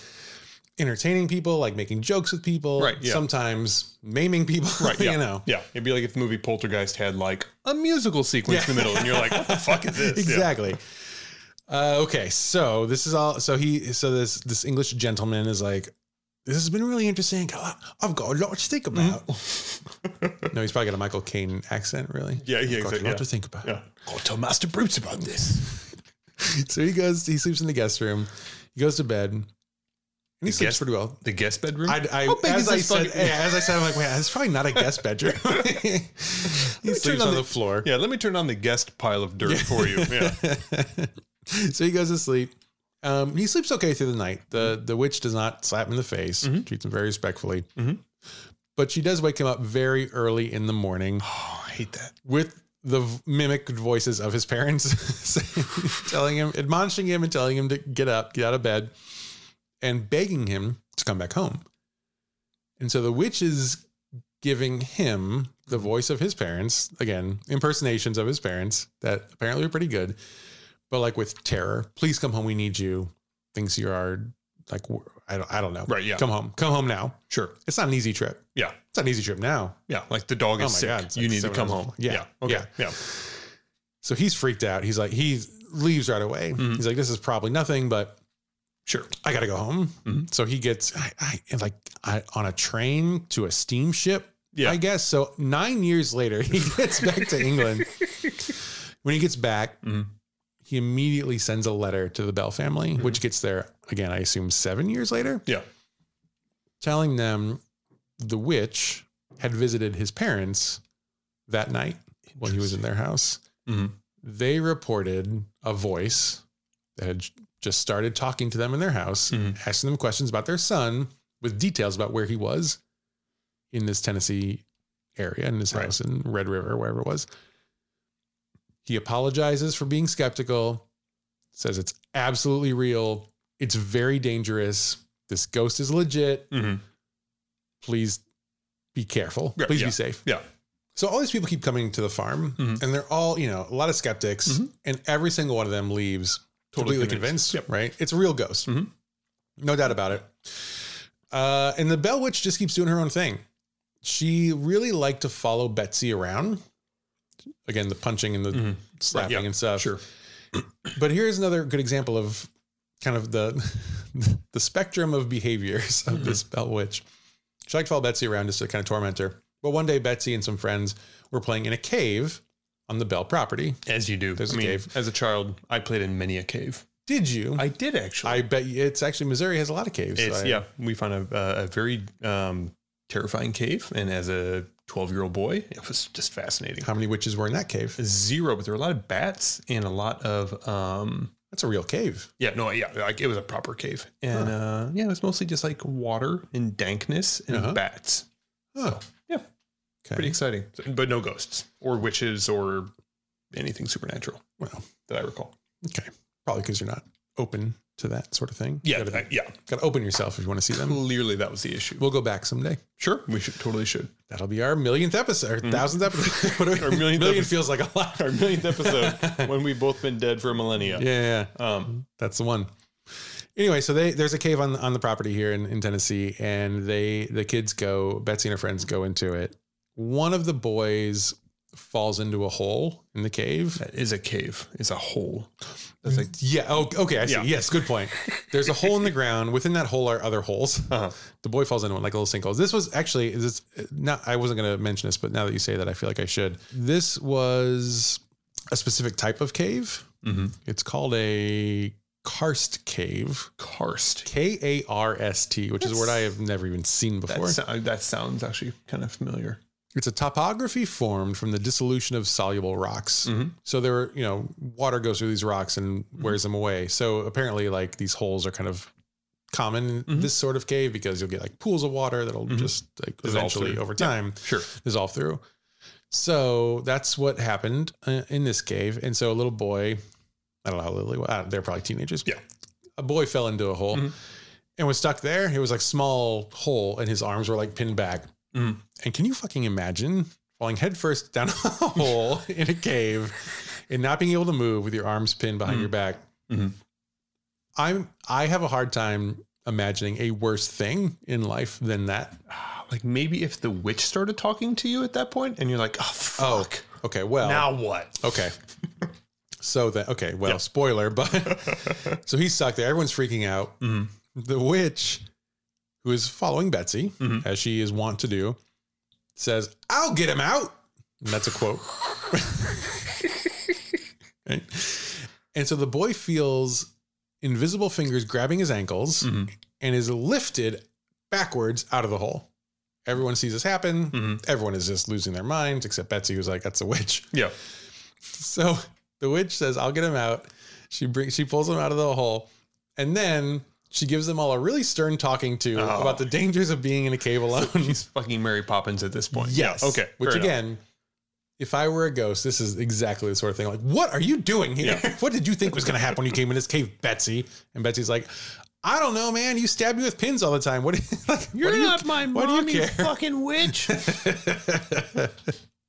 entertaining people, like making jokes with people,
Right, yeah.
sometimes maiming people,
Right, yeah,
you know.
yeah. It'd be like if the movie Poltergeist had like a musical sequence in the middle, and you're like, "What the fuck is this?" Yeah.
exactly. Uh, okay, so this is all. So he, so this this English gentleman is like, this has been really interesting. I've got a lot to think about. no, he's probably got a Michael Caine accent, really.
Mm-hmm. Yeah, yeah,
I've got
exactly,
a lot
yeah.
to think about.
Yeah. Go tell Master Bruce about this.
So he goes, he sleeps in the guest room. He goes to bed, and he sleeps
guest-
pretty well.
The guest bedroom.
I, I
How big
as
is
I
this
said,
fucking-
yeah, as I said, I'm like, man, it's probably not a guest bedroom. he sleeps
on
on
the-
the floor.
Yeah, let me turn on the guest pile of dirt for you. Yeah.
so he goes to sleep. Um, he sleeps okay through the night. The the witch does not slap him in the face,
Mhm.
treats him very respectfully.
Mhm.
But she does wake him up very early in the morning
Oh, I hate that.
with the v- mimicked voices of his parents saying- telling him, admonishing him and telling him to get up, get out of bed, and begging him to come back home. And so the witch is giving him the voice of his parents, again, impersonations of his parents that apparently are pretty good, but like with terror. Please come home. We need you. Thinks you are like, w- I don't, I don't know.
Right, yeah.
Come home. Come home now.
Sure.
It's not an easy trip.
Yeah.
It's not an easy trip now.
Yeah. Like the dog
Oh
is
my
sick.
God, it's
you
like
need to
seven
come
hours-
home.
Yeah,
Okay.
yeah.
Yeah.
So he's freaked out. He's like, he leaves right away.
Mhm.
He's like, this is probably nothing, but
Sure.
I gotta go home.
Mhm.
So he gets I, I, and like I, on a train to a steamship,
Yeah.
I guess. So nine years later, he gets back to England. When he gets back,
Mhm.
he immediately sends a letter to the Bell family, which gets there again, I assume seven years later,
Mm-hmm. Yeah.
telling them the witch had visited his parents that night when he was in their house
Mhm.
they reported a voice that had just started talking to them in their house,
Mhm.
asking them questions about their son with details about where he was in this Tennessee area, in this
Right.
house in Red River, wherever it was. He apologizes for being skeptical, says it's absolutely real, it's very dangerous. This ghost is legit.
Mhm.
Please be careful.
Yeah,
Please
yeah.
be safe.
Yeah.
So all these people keep coming to the farm,
Mhm.
and they're all, you know, a lot of skeptics,
Mhm.
and every single one of them leaves
Totally
totally completely
convinced.
convinced, right? It's a real ghost,
Mhm.
no doubt about it. Uh, and the Bell Witch just keeps doing her own thing. She really liked to follow Betsy around. Again, the punching and the
Mhm.
slapping
Right, yeah,
and stuff.
Sure.
But here's another good example of kind of the the spectrum of behaviors of this
Mm-hmm.
bell witch. She liked to follow Betsy around just to kind of torment her. But one day Betsy and some friends were playing in a cave on the Bell property.
As you do.
There's
I
a
mean,
cave.
As a child, I played in many a cave.
Did you? I,
I did actually.
bet you it's actually Missouri has a lot of caves. so
it's,
I-
yeah, we found a, uh, a very um, terrifying cave, and as a twelve-year-old boy, it was just fascinating.
How many witches were in that cave?
Zero, but there were a lot of bats and a lot of um,
That's a real cave.
yeah, no, yeah, like it was a proper cave, and
Huh.
uh, yeah, it was mostly just like water and dankness and
Uh-huh.
bats.
Oh,
yeah.
Okay.
Pretty exciting, but no ghosts or witches or anything supernatural.
Well.
that I recall.
Okay. Probably because you're not open to that sort of thing.
Yeah,
You gotta,
I- yeah.
gotta open yourself if you want to see them.
Clearly, that was the issue.
We'll go back someday.
sure, we should totally should.
That'll be our millionth episode, or thousandth episode. What do
Mm-hmm. Our
we-
millionth
million
episode.
feels like a lot.
Our millionth episode when we've both been dead for a millennia.
Yeah, yeah, yeah.
Um,
that's the one. Anyway, so they there's a cave on on the property here in, in Tennessee, and they the kids go. Betsy and her friends go into it. One of the boys falls into a hole in the cave.
That is a cave. It's a hole. That's like
Yeah. Oh, okay. I see.
Yeah.
Yes. Good point. There's a hole in the ground. Within that hole are other holes.
uh
the boy falls into one like a little sinkhole. This was actually this not I wasn't going to mention this, but now that you say that, I feel like I should. This was a specific type of cave.
Mm-hmm.
It's called a karst cave,
karst.
K A R S T, which is a word I have never even seen
That,
before.
sou- that sounds actually kind of familiar.
It's a topography formed from the dissolution of soluble rocks.
Mm-hmm.
So there are, you know, water goes through these rocks and wears them away. So apparently, like these holes are kind of common in
Mhm.
this sort of cave because you'll get like pools of water that'll
Mhm.
just like
Dissolve
eventually
through.
over time
Sure.
dissolve through. So that's what happened uh, in this cave. And so a little boy, I don't know how Lily, uh, they're probably teenagers.
Yeah.
A boy fell into a hole
Mhm.
and was stuck there. It was like small hole and his arms were like pinned back.
Mhm.
And can you fucking imagine falling headfirst down a hole in a cave and not being able to move with your arms pinned behind
Mhm.
your back?
Mhm.
I'm, I have a hard time imagining a worse thing in life than that.
Ah, Like maybe if the witch started talking to you at that point, and you're like, oh fuck.
Okay. Well,
Now what?
Okay. So that okay, well,
Yeah.
spoiler, but
Mm-hmm.
so he's stuck there. Everyone's freaking out.
Mhm.
The witch, who is following Betsy
Mhm.
as she is wont to do, says, "I'll get him out." And that's a quote. Right? And so the boy feels invisible fingers grabbing his ankles
Mhm.
and is lifted backwards out of the hole. Everyone sees this happen.
Mhm.
Everyone is just losing their minds, except Betsy, who's like, "That's a witch."
Yeah.
So the witch says, "I'll get him out." She brings, she pulls him out of the hole, and then she gives them all a really stern talking to
Oh.
about the dangers of being in a cave alone.
She's fucking Mary Poppins at this point.
yes.
Yeah, Okay.
Which
fair enough.
again, if I were a ghost, this is exactly the sort of thing. Like, what are you doing here? what did you think was going to happen when you came in this cave, Betsy? And Betsy's like, "I don't know, man. You stab me with pins all the time. What? like, what do you-
my
why do you care?
fucking witch.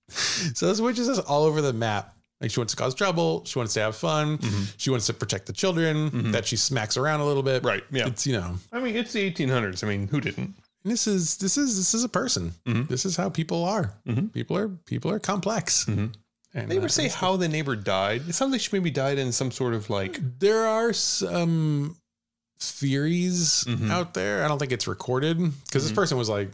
so this witch is just all over the map. Like she wants to cause trouble. She wants to have fun.
Mm-hmm.
She wants to protect the children that she smacks around a little bit.
right. Yeah.
It's you know,
I mean, it's the 1800s. I mean, who didn't?
and this is this is this is a person.
Mhm.
This is how people are.
Mhm.
People are people are complex.
Mhm.
And,
They
uh,
ever say how the neighbor died? It sounds like she maybe died in some sort of like
there are some theories
Mhm.
out there. I don't think it's recorded because this
Mhm.
person was like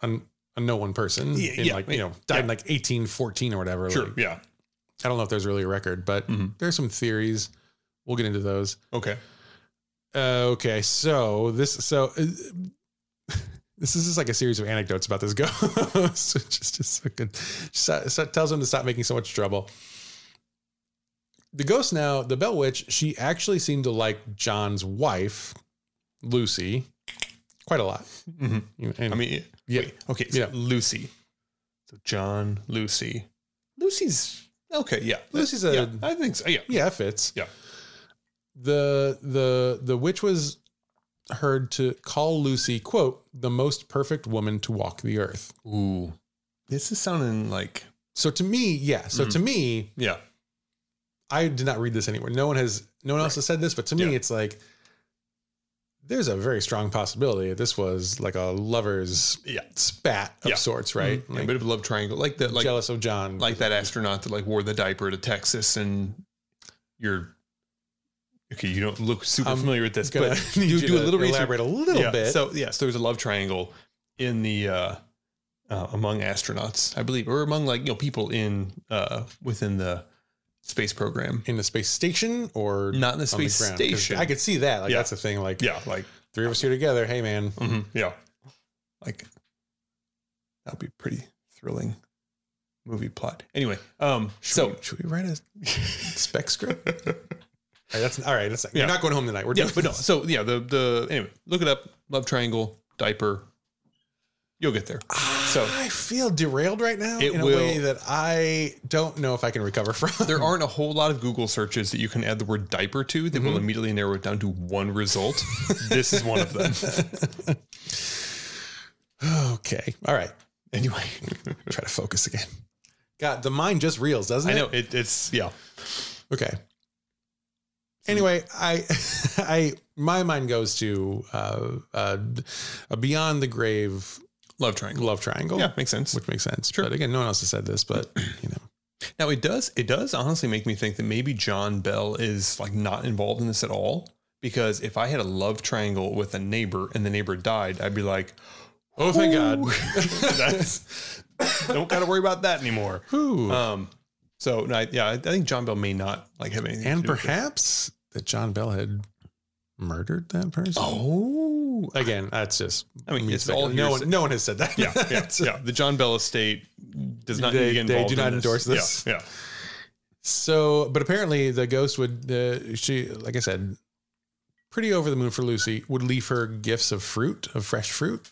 a, a no one person.
Yeah,
in
yeah,
like you know, died in like 1814 or whatever.
sure.
like,
Yeah.
I don't know if there's really a record, but
Mhm.
there's some theories. We'll get into those.
Okay.
Uh, okay, so this so uh, this is just like a series of anecdotes about this ghost, which is just so good. So, so it tells him to stop making so much trouble. The ghost now, the Bell Witch, she actually seemed to like John's wife, Lucy, quite a lot.
Mhm.
And-
I mean,
Yeah.
wait, okay. So
Yeah.
Lucy. So John, Lucy. Lucy's okay. Yeah.
Lucy's a
yeah. I think so. Yeah.
Yeah, it fits.
Yeah.
The the the witch was heard to call Lucy, quote, the most perfect woman to walk the earth.
Ooh. This is sounding like
So to me, yeah. So
Mhm.
to me,
yeah.
I did not read this anywhere. No one has no one else
Right.
has said this, but to me
Yeah.
it's like there's a very strong possibility that this was like a lover's
Yeah.
spat of
Yeah.
sorts, right?
Mhm. Yeah, a
Like,
bit of a love triangle, like that, like
jealous of John.
like that astronaut that like wore the diaper to Texas, and you're okay. You don't look super
I'm
familiar with this,
Gonna
but
need
you
Um, you
do a
to
little research.
elaborate a little
yeah.
bit.
So yes, there was a love triangle in the uh uh, among astronauts, I believe, or among like you know people in uh, within the space program,
in the space station or
not in the
on the
space
ground? 'Cause
station.
I could see that. Like
Yeah.
that's a thing. Like
yeah, like
three of us here together. Hey man,
mhm, yeah, like that'd be pretty thrilling movie plot. Anyway, um,
should
so
we, should we write a spec script? all right, that's all right. That's
Yeah.
you're not going home tonight. We're
yeah,
doing
but no.
this.
So yeah, the the anyway, look it up. Love triangle diaper. You'll get there. So
I feel derailed right now
It
in a
will-
way that I don't know if I can recover from.
there aren't a whole lot of Google searches that you can add the word diaper to that will immediately narrow it down to one result. this is one of them.
okay. All right.
Anyway,
Try to focus again. God, the mind just reels, doesn't
I
it?
know it, it's yeah.
Okay. Anyway, I, I, my mind goes to uh, uh, a beyond the grave
Love triangle.
love triangle,
Yeah, makes sense.
which makes sense. But again, no one else has said this, but you know,
Now it does it does honestly make me think that maybe John Bell is like not involved in this at all. Because if I had a love triangle with a neighbor and the neighbor died, I'd be like,
oh thank
Ooh. That's, don't gotta worry about that anymore.
Ooh.
Um, so no, I, yeah, I I think John Bell may not like have anything.
and
to do with it.
perhaps that John Bell had murdered that person.
oh,
Again, that's just.
I mean,
me
it's all
speculating. no
hearsay.
one. No one has said that.
yeah, yeah, yeah. uh, The John Bell estate does not.
They-
need to get
they do
involved in
not endorse this.
Yeah, yeah.
So, but apparently the ghost would, uh, she, like I said, pretty over the moon for Lucy, would leave her gifts of fruit, of fresh fruit,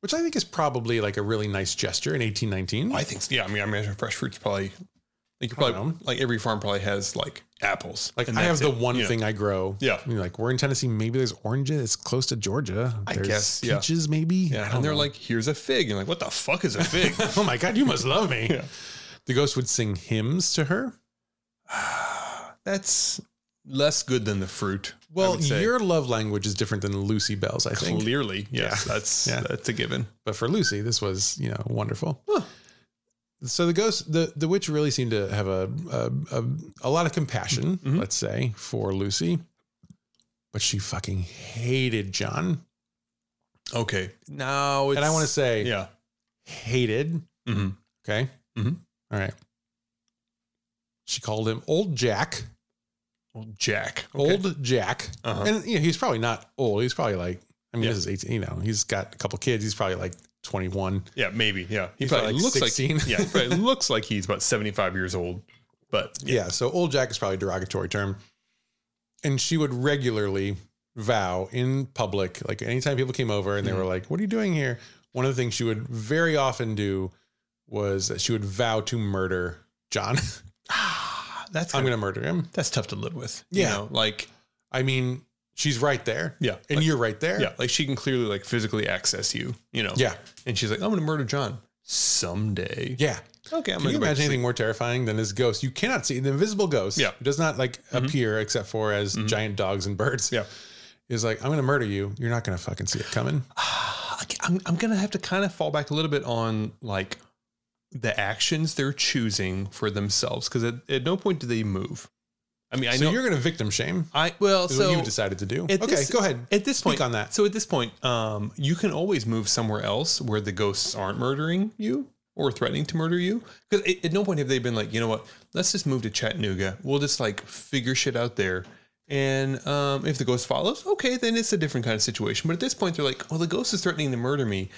which I think is probably like a really nice gesture in 1819.
I think. so. Yeah, I mean, I imagine fresh fruit's probably like you
I don't
probably like every farm probably has like apples.
like
and
I have
that's
the
it,
one
you know.
thing I grow.
Yeah.
I mean, like we're in Tennessee, maybe there's oranges. It's close to Georgia.
I
There's
guess, yeah.
peaches, maybe. I
Yeah,
don't
and they're
know.
like, "Here's a fig," and like, "What the fuck is a fig?"
oh my God, you must love me.
Yeah.
The ghost would sing hymns to her.
That's less good than the fruit. I
Well,
would say.
your love language is different than Lucy Bell's, I think.
clearly, yes,
Yeah.
that's
Yeah.
that's a given.
but for Lucy, this was you know wonderful.
Huh.
So the ghost, the the witch, really seemed to have a a, a, a lot of compassion,
Mhm.
let's say, for Lucy, but she fucking hated John,
Okay, now it's,
and I want to say
yeah,
hated.
hmm
Okay,
Mhm.
All right. She called him Old Jack,
well, Jack,
Old Jack,
Uh-huh.
and you know he's probably not old. He's probably like I mean
Yeah.
this is eighteen. You know he's got a couple kids. He's probably like twenty one.
Yeah, maybe. Yeah, he probably
He's probably like
looks
16.
like yeah, he probably looks like he's about seventy-five years old. But
Yeah. So old Jack is probably a derogatory term. And she would regularly vow in public, like anytime people came over and they
Mm-hmm.
were like, What are you doing here? One of the things she would very often do was that she would vow to murder John.
Ah, that's
I'm going to murder him.
that's tough to live with.
Yeah.
you know? like
I mean, she's right there
yeah,
and
like,
you're right there.
yeah, like she can clearly like physically access you. You know,
Yeah.
and she's like, I'm gonna murder John someday.
Yeah.
Okay, I'm
Can
gonna
you
go back to
imagine anything more terrifying than this ghost? You cannot see the invisible ghost.
Yeah.
Who does not like
Mhm.
appear except for as
Mhm.
giant dogs and birds.
Yeah.
Is like, I'm going to murder you. You're not going to fucking see it coming.
Ah, I'm, I'm gonna have to kind of fall back a little bit on like the actions they're choosing for themselves because at, at no point do they move. I mean, I
so
know
you're going to victim shame.
I well,
is what
so
you've decided to do. Okay,
at this-
go ahead.
at this
Speak
point,
on that.
so at this point, um, you can always move somewhere else where the ghosts aren't murdering you or threatening to murder you. Because at, at no point have they been like, you know what, let's just move to Chattanooga. We'll just like figure shit out there. And um, if the ghost follows, okay, then it's a different kind of situation. But at this point, they're like, well, the ghost is threatening to murder me,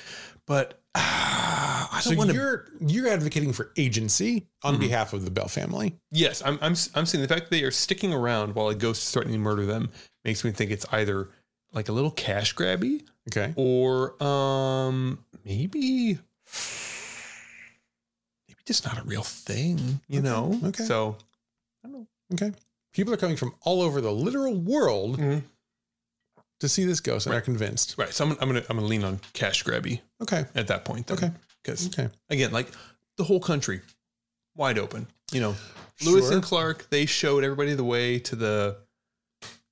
but ah, I don't Mm-hmm.
So
want to
you're you're advocating for agency on behalf of the Bell family.
Yes, I'm, I'm, I'm saying the fact that they are sticking around while a ghost is threatening to murder them makes me think it's either like a little cash grabby
Okay.
or um maybe maybe just not a real thing, you
Okay,
know?
okay.
So
Okay. People are coming from all over the literal world
Mhm.
to see this ghost and are convinced.
right, so I'm, I'm gonna I'm gonna lean on cash grabby
Okay.
at that point. Then,
Okay.
because
Okay.
again, like the whole country wide open, you know. Lewis
Sure.
and Clark, they showed everybody the way to the.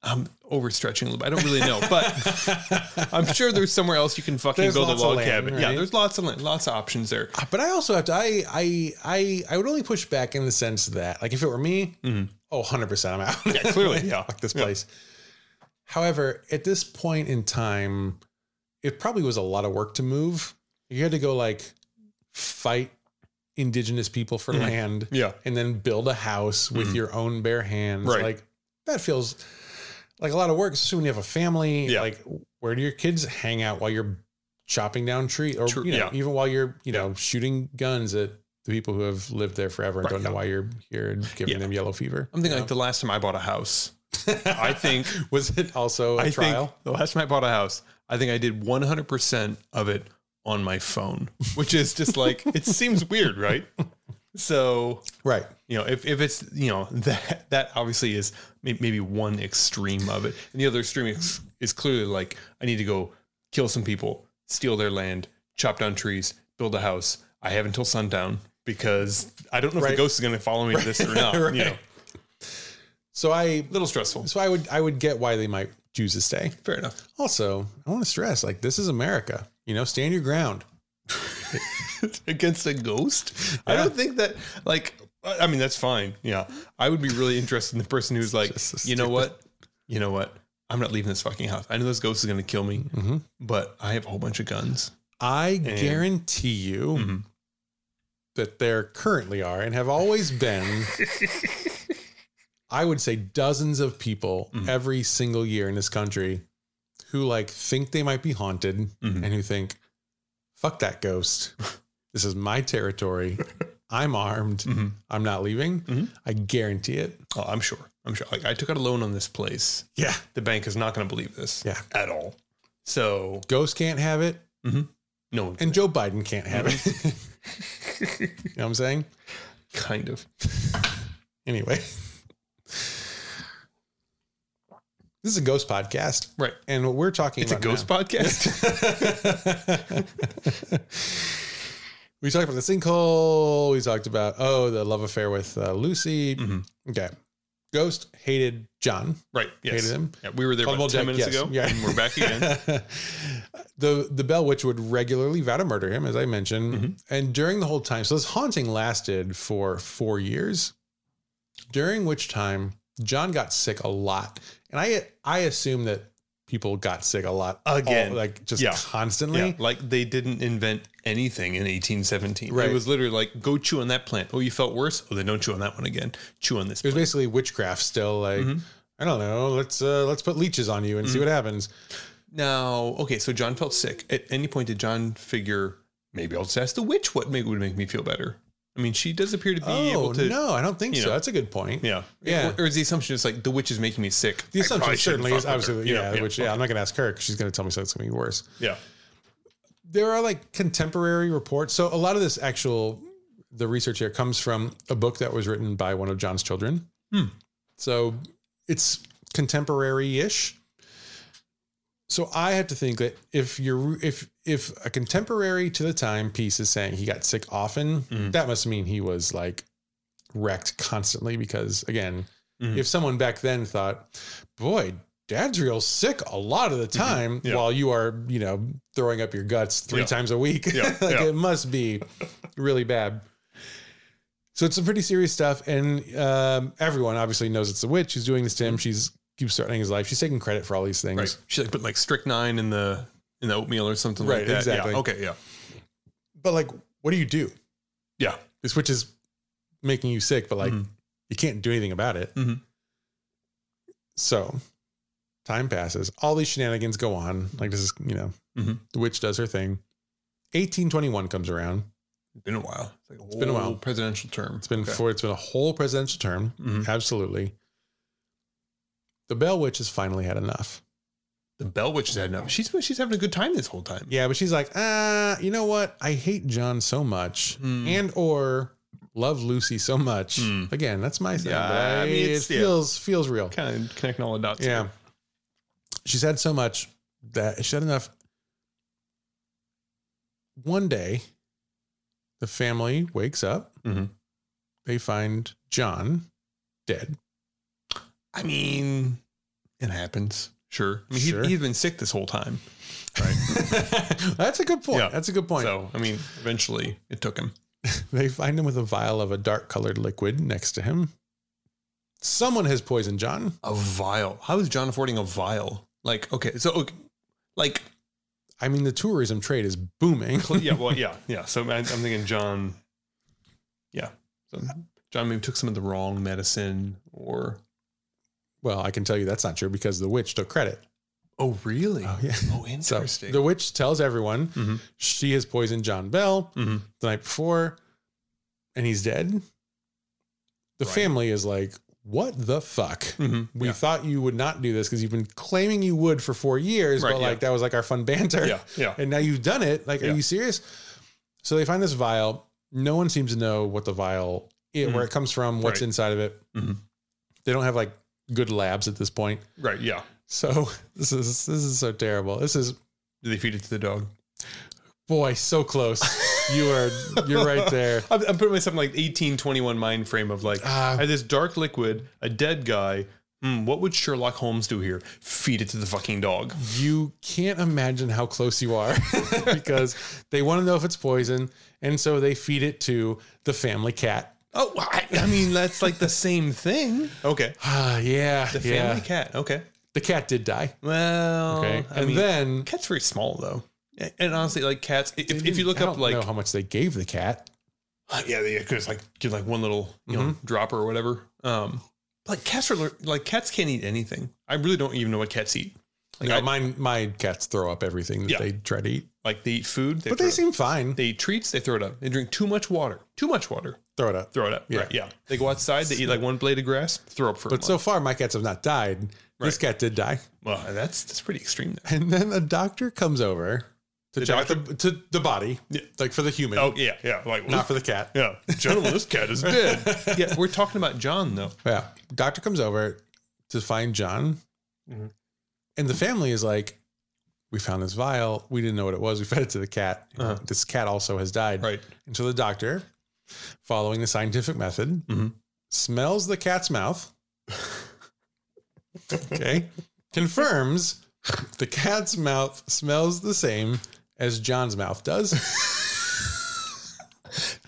I'm overstretching a little bit. I don't really know, but I'm sure there's somewhere else you can fucking
There's
build a
lots of
log
land,
cabin. Yeah,
right?
there's lots of land, lots of options there.
Uh, but I also have to I I I I would only push back in the sense that like if it were me,
Mhm.
oh 100 percent I'm out.
Yeah, clearly, yeah.
Fuck this
Yeah.
place. However, at this point in time, it probably was a lot of work to move. You had to go like fight indigenous people for
Mhm.
land
Yeah.
and then build a house with
Mhm.
your own bare hands.
Right.
Like that feels like a lot of work, especially when you have a family.
Yeah.
Like where do your kids hang out while you're chopping down trees or
True,
you know,
yeah.
even while you're, you know, shooting guns at the people who have lived there forever and
Right,
don't know
yeah.
why you're here and giving
Yeah.
them yellow fever.
I'm thinking like the last time I bought a house, I think
was it also a
I
trial?
think the last time I bought a house, I think I did 100% of it on my phone, which is just like it seems weird, right? So,
Right.
you know, if, if it's, you know, that that obviously is may- maybe one extreme of it. And the other extreme is, is clearly like I need to go kill some people, steal their land, chop down trees, build a house. I have until sundown because I don't know if
Right.
the ghost is going to follow me to this or not,
Right.
you know.
So I
Little stressful.
so I would I would get why they might choose to stay.
Fair enough.
Also, I want to stress like this is America. You know, stand your ground.
against a ghost. I
Yeah.
don't think that like I I mean that's fine. Yeah. I would be really interested in the person who's like,
Just so
you know
stupid.
what? You know what? I'm not leaving this fucking house. I know this ghost is gonna kill me,
Mhm.
but I have a whole bunch of guns.
I
And-
guarantee you
Mhm.
that there currently are and have always been, I would say, dozens of people
Mhm.
every single year in this country who like think they might be haunted
Mhm.
and who think, fuck that ghost. this is my territory. I'm armed.
Mhm.
I'm not leaving.
Mhm.
I guarantee it.
Oh, I'm sure. I'm sure. Like I took out a loan on this place.
Yeah.
The bank is not gonna believe this
Yeah.
at all. So
Ghosts can't have it.
no one
And Joe Biden can't have it. you know what I'm saying?
kind of.
Anyway. This is a ghost podcast.
Right.
And what we're talking
It's a
about
ghost podcast.
podcast. we talked about the sinkhole. We talked about oh the love affair with uh, Lucy.
Mhm.
Okay. Ghost hated John.
Right. Yes.
Hated him.
Yeah, we were there
Caldwell
about ten
Jack,
minutes
yes.
ago.
Yeah.
And we're back again.
the the Bell Witch would regularly vow to murder him, as I mentioned,
Mhm.
and during the whole time, so this haunting lasted for four years, during which time John got sick a lot, and I I assume that people got sick a lot
Again.
all- like just
Yeah.
constantly.
Yeah, like they didn't invent anything in 1817.
Right.
It was literally like, go chew on that plant. Oh, you felt worse? Oh, then don't chew on that one again. Chew on this
It was
plant.
basically witchcraft still, like
Mhm.
I don't know, let's uh, let's put leeches on you and
Mm-hmm.
see what happens.
Now, okay, so John felt sick. At any point did John figure, maybe I'll just ask the witch what make, would make me feel better? I mean, she does appear to be
Oh
able to.
no, I don't think
you
so.
know.
That's a good point.
Yeah.
Yeah.
Or, or is the assumption just like, the witch is making me sick?
The
I
assumption
probably shouldn't
certainly is
fuck with her,
absolutely
you
yeah,
know?
which yeah, I'm not gonna ask her because she's gonna tell me something's gonna be worse.
Yeah.
there are like contemporary reports. So a lot of this actual the research here comes from a book that was written by one of John's children.
Hmm.
So it's contemporary-ish. So I have to think that if you're if if a contemporary to the time piece is saying he got sick often,
Mhm.
that must mean he was like wrecked constantly because again,
Mhm.
if someone back then thought, boy, dad's real sick a lot of the time
Mm-hmm. Yeah.
while you are, you know, throwing up your guts three
Yeah.
times a week.
Yeah,
like
yeah.
it must be really bad. So it's some pretty serious stuff, and um, everyone obviously knows it's the witch who's doing this to him. She's keeps threatening his life. She's taking credit for all these things.
Mm-hmm. Right. She like put like strychnine in the in the oatmeal or something
Right,
like that.
exactly.
Yeah. Okay. Yeah.
But like, what do you do?
Yeah.
This witch is making you sick, but like,
Mhm.
you can't do anything about it.
Mhm.
So time passes. All these shenanigans go on. Like this is, you know,
Mhm.
the witch does her thing. 1821 comes around.
It's been a while. It's, like a it's
been a while.
Presidential term.
It's been four, it's been a whole presidential term.
Mhm.
Absolutely. The Bell Witch has finally had enough.
The Bell Witch has had enough. She's she's having a good time this whole time.
Yeah, but she's like, ah, you know what? I hate John so much,
Hmm.
and or love Lucy so much.
Hmm.
Again, that's my thing.
Yeah,
but I-
I mean,
it
it's- yeah.
feels feels real.
Kind of connecting all the dots.
Yeah, she's had so much that she had enough. One day, the family wakes up.
Mhm.
They find John dead.
I mean, it happens. Sure. I mean,
Sure.
He, he'd been sick this whole time.
That's a good point.
Yeah.
That's a good point.
So, I mean, eventually it took him.
They find him with a vial of a dark colored liquid next to him. Someone has poisoned John.
A vial. How is John affording a vial? Like, okay. So, okay, like,
I mean, the tourism trade is booming.
yeah, well, yeah, yeah. So I, I'm thinking John. Yeah, so John maybe took some of the wrong medicine, or
Well, I can tell you that's not true because the witch took credit.
oh, really?
Oh, yeah.
Oh,
So
interesting.
the witch tells everyone
Mhm.
she has poisoned John Bell
Mhm.
the night before and he's dead. The
Right.
family is like, what the fuck?
Mhm.
We
yeah.
thought you would not do this because you've been claiming you would for four years,
Right,
but
yeah.
like that was like our fun banter.
yeah, yeah,
And now you've done it. Like,
Yeah.
are you serious? So they find this vial. No one seems to know what the vial is, where it comes from, what's
Mm-hmm. Right.
inside of it.
Mhm.
They don't have like good labs at this point.
right, yeah.
So this is this is so terrible. This is
Do they feed it to the dog?
boy, so close. you are you're right there.
I'm, I'm putting myself in like 1821 mind frame of like
Ah.
I had this dark liquid, a dead guy. Hmm, what would Sherlock Holmes do here? Feed it to the fucking dog.
You can't imagine how close you are because they want to know if it's poison, and so they feed it to the family cat.
Oh, I, I mean that's like the same thing. Okay,
Ah, yeah,
the
yeah.
family cat. Okay,
The cat did die.
well,
Okay,
I
and
mean,
then
cat's very small though. And- And honestly, like cats, if, if you look
I
up
don't
like
know how much they gave the cat.
yeah, they could just like get like one little you know
Mm-hmm.
dropper or whatever. Um, like cats are like cats can't eat anything. I really don't even know what cats eat. Like,
no,
I-
mine my cats throw up everything that
Yeah.
they try to eat,
Like they eat food,
but
throw
they
it-
seem fine.
They eat treats, they throw it up. They drink too much water. Too much water.
throw it up.
Throw it up.
Yeah.
Right. Yeah. They go outside, they eat like one blade of grass, throw up for a
But
month.
so far, my cats have not died. This cat did die.
well, that's that's pretty extreme there.
And then a doctor comes over to
The
check the, to the body,
Yeah.
like for the human,
Oh yeah, yeah. Like
not for the cat.
Yeah. Gentlemen, this cat is dead. yeah, we're talking about John though.
Yeah. Doctor comes over to find John.
Mhm.
And the family is like, we found this vial. We didn't know what it was. We fed it to the cat.
Uh-huh.
This cat also has died.
Right.
And so the doctor, following the scientific method,
Mhm.
smells the cat's mouth. okay. Confirms the cat's mouth smells the same as John's mouth does.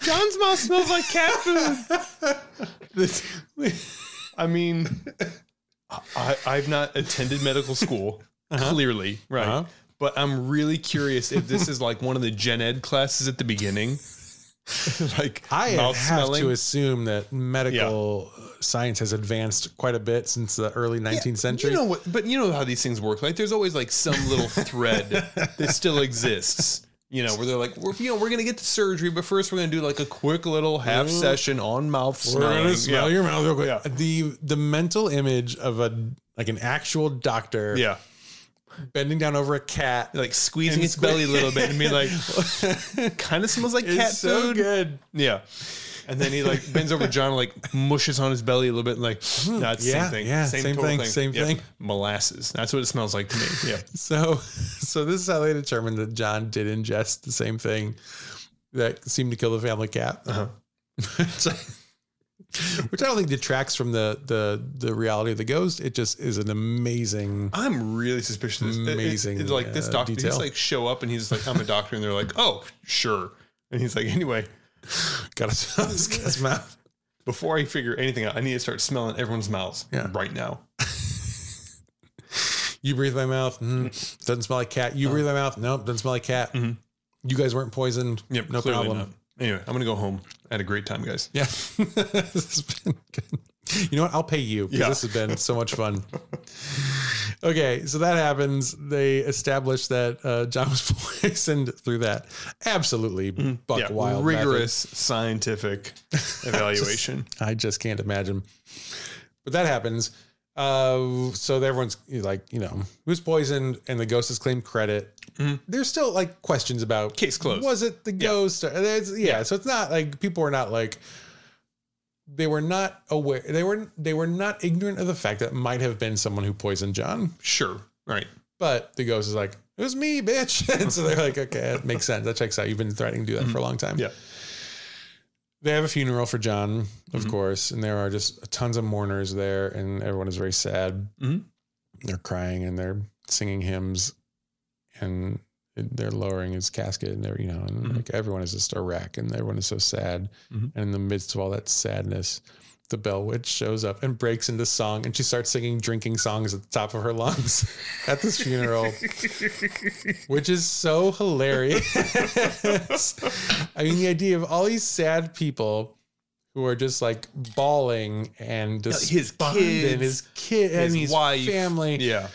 John's mouth smells like cat food.
This-
I mean, I, I've not attended medical school, clearly, right?
Uh-huh.
But I'm really curious if this is like one of the gen ed classes at the beginning. like,
I have
mouth smelling.
to assume that medical science has advanced quite a bit since the early 19th century.
You know what? But you know how these things work. Like, there's always like some little thread that still exists. You know, where they're like, we're you know, we're gonna get to surgery, but first we're gonna do like a quick little half
Ooh.
session on mouth smelling. yeah.
your mouth real quick.
Yeah.
The the mental image of a like an actual doctor
yeah,
bending down over a cat
like squeezing
And
its
sque-
belly a little bit and being like, kind of smells like
is
cat
so
food.
good.
Yeah. And then he like bends over John and like mushes on his belly a little bit and like nah, it's the
Yeah,
same thing.
yeah,
Hmm. same,
same
total
thing,
thing,
same
Yeah.
thing.
Molasses. That's what it smells like to me. Yeah.
So so this is how they determined that John did ingest the same thing that seemed to kill the family cat.
Uh-huh.
Which I- Which I don't think detracts from the the the reality of the ghost. It just is an amazing
I'm really suspicious. of this. It- it-
Amazing,
it's like this
uh,
doctor, he's
detail.
like show up and he's like, I'm a doctor, and they're like, Oh, sure. And he's like, anyway,
got his cat's mouth.
before I figure anything out, I need to start smelling everyone's mouths
Yeah.
right now.
You breathe my mouth. Mm, doesn't smell like cat.
Uh-huh.
You breathe my mouth. Nope. Doesn't smell like cat.
Mhm.
You guys weren't poisoned.
Yep,
No
clearly
problem.
not. Anyway, I'm gonna go home. I had a great time, guys.
Yeah. this has been good. You know what? I'll pay you because
Yeah.
this has been so much fun. okay. So that happens. They establish that uh, John was poisoned through that. Absolutely buck
Mm-hmm. yeah,
wild. method.
rigorous scientific evaluation.
I just can't imagine. But that happens. Uh, so everyone's like, you know, who's poisoned, and the ghost has claimed credit. There's still like questions about
Mm-hmm. Case closed.
Was it the ghost? Or, it's- yeah, So it's not like people were not like they were not aware. They were they were not ignorant of the fact that it might have been someone who poisoned John.
sure. Right.
But the ghost is like, it was me, bitch. And so they're like, okay, that makes sense. That checks out. You've been threatening to do that for a long time.
Yeah.
They have a funeral for John, of course, and there are just tons of mourners there, and everyone is very sad.
Mhm.
They're crying and they're singing hymns, and they're lowering his casket and they're you know and like everyone is just a wreck and everyone is so sad
Mhm.
and in the midst of all that sadness the bell witch shows up and breaks into song and she starts singing drinking songs at the top of her lungs at this funeral which is so hilarious i mean the idea of all these sad people who are just like bawling and
his
just and
kids,
his kid and
his
his
wife.
family
yeah.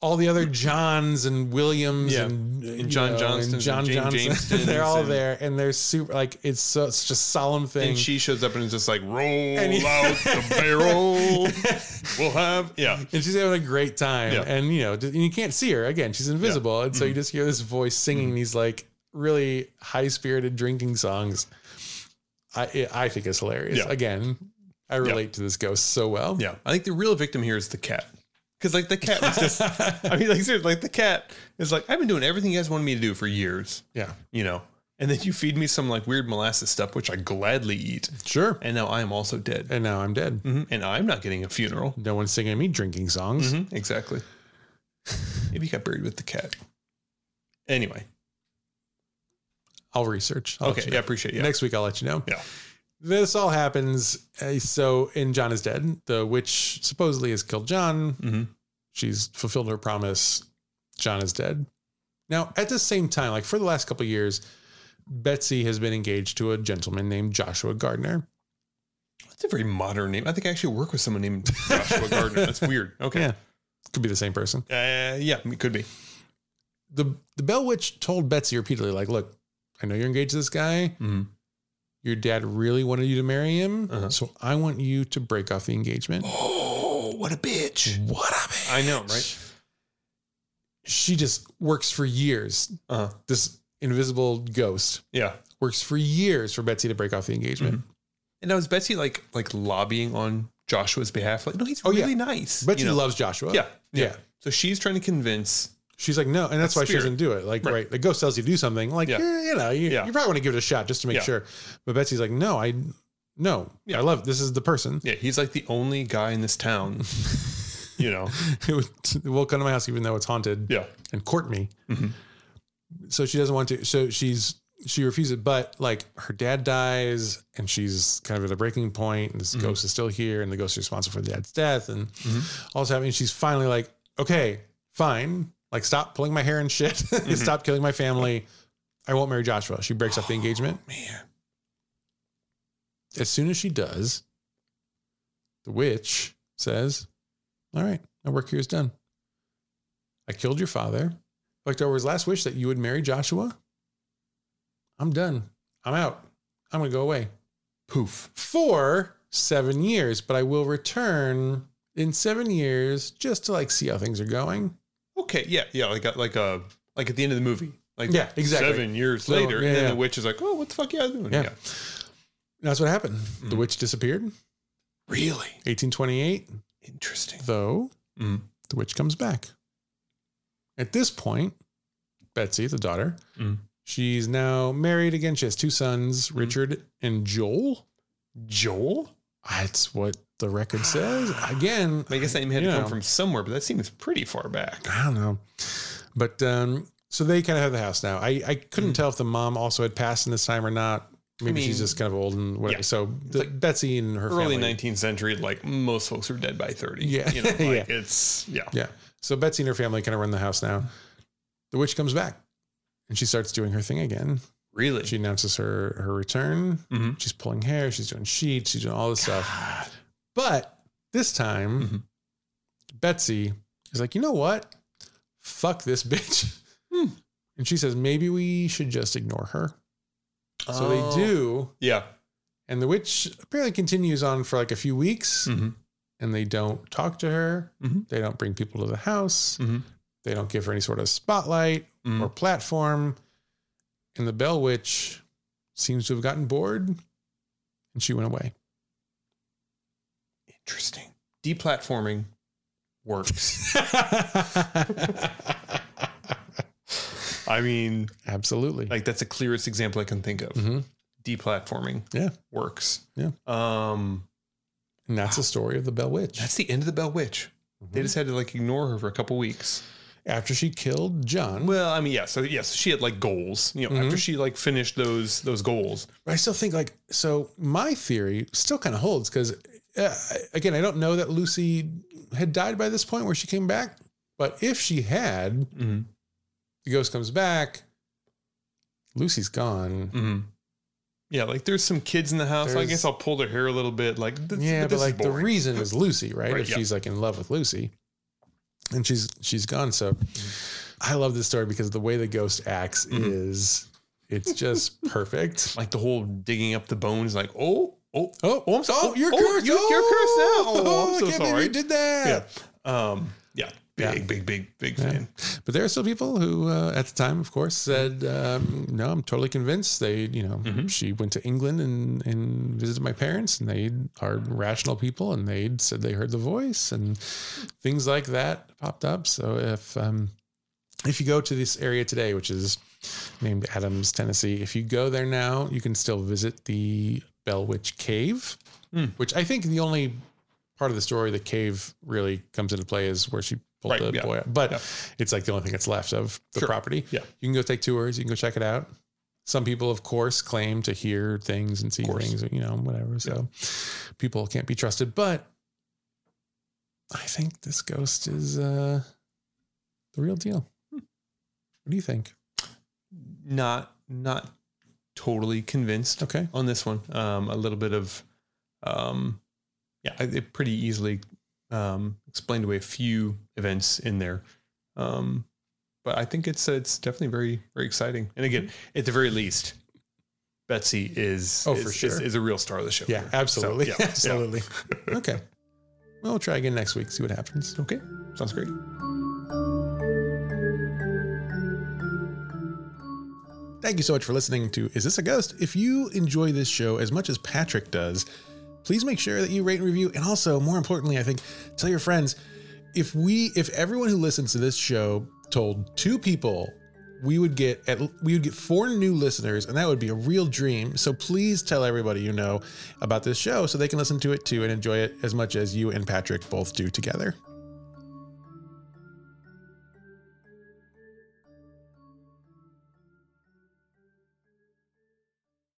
all the other Johns and Williams
Yeah.
and, you
John Johnstons and
John
Jane
Johnson,
Jamestons
they're all
and-
there and they're super like it's so, it's just solemn thing.
And she shows up and is just like, roll
he-
out the barrel. we'll have, yeah.
and she's having a great time,
Yeah. Mm-hmm.
and you know, d- and you can't see her again; she's invisible, and so you just hear this voice singing these like really high spirited drinking songs. I it, I think it's hilarious.
Yeah.
Again, I relate to this ghost so well.
Yeah. I think the real victim here is the cat. Because, like, the cat was just, I mean, like, seriously, like, the cat is like, I've been doing everything you guys wanted me to do for years,
yeah,
you know? And then you feed me some, like, weird molasses stuff, which I gladly eat.
sure.
And now I am also dead.
And now I'm dead.
Mhm. And I'm not getting a funeral.
No one's singing me drinking songs.
Mhm, Exactly. Maybe he got buried with the cat. Anyway.
I'll research. I'll let
Okay.
you
Yeah,
know.
appreciate it. Yeah.
Next week, I'll let you know.
Yeah.
This all happens. uh, So, in John is dead. The witch supposedly has killed John.
Mhm.
She's fulfilled her promise. John is dead. Now, at the same time, like for the last couple of years, Betsy has been engaged to a gentleman named Joshua Gardner.
That's a very modern name. I think I actually work with someone named Joshua Gardner. That's weird. Okay.
Yeah. Could be the same person.
Uh, yeah, it could be.
The the Bell Witch told Betsy repeatedly, like, look, I know you're engaged to this guy. Your dad really wanted you to marry him.
Mm-hmm. Uh-huh.
So I want you to break off the engagement.
Oh, what a bitch!
What a man.
I know, right?
she just works for years.
Uh,
This invisible ghost
yeah.
works for years for Betsy to break off the engagement.
Mm-hmm. And now is Betsy like like lobbying on Joshua's behalf? Like, no, he's
Oh, yeah.
really nice.
Betsy
you know?
loves Joshua.
yeah, yeah,
Yeah.
So she's trying to convince.
She's like, no, and that's,
That's
why she
spirit.
doesn't do it. Like, right.
Right.
the ghost tells you to do something. Like,
Yeah.
eh, you know, you,
Yeah.
you probably want to give it a shot just to make
Yeah.
sure. But Betsy's like, no, I, no,
Yeah.
I love this is the person
Yeah, he's like the only guy in this town. you know.
who would- will come to my house even though it's haunted
Yeah.
and court me.
Mhm.
So she doesn't want to. So she's she refuses. But like her dad dies, and she's kind of at a breaking point, and this
Mhm.
ghost is still here, and the ghost is responsible for dad's death, and
Mhm.
all this happening. And she's finally like, okay, fine, like stop pulling my hair and shit, stop killing my family. I won't marry Joshua. She breaks off the engagement.
Man.
As soon as she does, the witch says, All right, my work here is done. I killed your father, fucked over his last wish that you would marry Joshua. I'm done. I'm out. I'm going to go away
Poof.
for seven years, but I will return in seven years just to like see how things are going.
Okay. Yeah. Yeah. Like a, like a like at the end of the movie. Like
Yeah, exactly.
Seven years
So,
later,
yeah,
and then
yeah.
the witch is like, "Oh, what the fuck, you guys doing?"
Yeah. And that's what happened. The
Mhm.
witch disappeared.
Really
1828,
interesting.
though,
Mm.
the witch comes back. At this point, Betsy, the daughter,
Mm.
she's now married again. She has two sons, Richard and Joel.
Joel.
That's what the record says. Again,
I guess that name had
you
to
know,
come from somewhere, but that seems pretty far back.
I don't know. But um, so they kind of have the house now. I, I couldn't
Mm.
tell if the mom also had passed in this time or not. Maybe
mean-
she's just kind of old and whatever.
Yeah.
So the, Betsy and her
Early
family.
19th century, like most folks are dead by 30.
Yeah.
You know, like
Yeah.
it's, yeah.
Yeah. So Betsy and her family kind of run the house now. The witch comes back and she starts doing her thing again.
Really?
She announces her her return.
Mhm.
She's pulling hair. She's doing sheets. She's doing all this stuff.
God.
But this time,
Mhm.
Betsy is like, you know what? Fuck this bitch.
Hmm.
And she says, maybe we should just ignore her. So
Oh.
they do.
Yeah.
And the witch apparently continues on for like a few weeks
Mhm.
and they don't talk to her.
Mhm.
They don't bring people to the house.
Mhm.
They don't give her any sort of spotlight
Mm.
or platform. And the Bell Witch seems to have gotten bored and she went away.
Interesting. Deplatforming works. I mean,
Absolutely.
like that's the clearest example I can think of.
Mhm.
Deplatforming
Yeah.
works.
Yeah.
Um,
And that's the story of the Bell Witch.
that's the end of the Bell Witch. They
Mhm.
just had to like ignore her for a couple weeks.
after she killed John.
Well, I mean, yeah. So yes, she had like goals. You know,
Mm-hmm.
after she like finished those those goals,
But I still think like so. My theory still kind of holds because uh, again, I don't know that Lucy had died by this point where she came back. But if she had,
mm-hmm.
the ghost comes back. Lucy's gone.
Mm-hmm. yeah, like there's some kids in the house. I
There's-
guess I'll pull their hair a little bit. Like this,
yeah, but
this is
like the
boring.
reason is Lucy, right?
Right,
if
yeah.
she's like in love with Lucy, and she's she's gone. So I love this story because the way the ghost acts
Mhm.
is it's just perfect.
like the whole digging up the bones. Like oh oh
Oh,
oh, I'm sorry.
oh, you're
oh,
cursed.
You're, you're cursed now. Oh, I'm
I
so
can't believe
sorry.
you did that.
yeah. Um. Yeah.
Yeah.
Big, big, big, big
Yeah.
fan.
But there are still people who, uh, at the time, of course, said, um, "No, I'm totally convinced." They, you know,
Mhm.
she went to England and and visited my parents, and they are rational people, and they said they heard the voice, and things like that popped up. So if um, if you go to this area today, which is named Adams, Tennessee, if you go there now, you can still visit the Bellwitch Cave,
Hmm.
which I think the only part of the story the cave really comes into play is where she pulled
Right,
the
yeah.
boy out. But
Yeah.
it's like the only thing that's left of the
Sure.
property.
Yeah.
You can go take tours, you can go check it out. Some people, of course, claim to hear things and see
course.
things, you know, whatever. So people can't be trusted. But I think this ghost is uh the real deal.
Hmm.
What do you think?
Not not totally convinced
Okay.
on this one. Um, a little bit of, um, yeah, I- it pretty easily um, explained away a few events in there. Um, but I think it's uh, it's definitely very very exciting. And again, at the very least, Betsy is
Mm-hmm. Oh,
is,
for
is-
sure.
is, a real star of the show.
Yeah,
here. So,
absolutely.
yeah, yeah.
absolutely. okay. We'll try again next week, see what happens.
Okay, sounds great.
Thank you so much for listening to Is This a Ghost? If you enjoy this show as much as Patrick does, please make sure that you rate and review. And also, more importantly, I think, tell your friends if we, if everyone who listens to this show told two people, we would get at we would get four new listeners, and that would be a real dream. So please tell everybody you know about this show so they can listen to it too and enjoy it as much as you and Patrick both do together.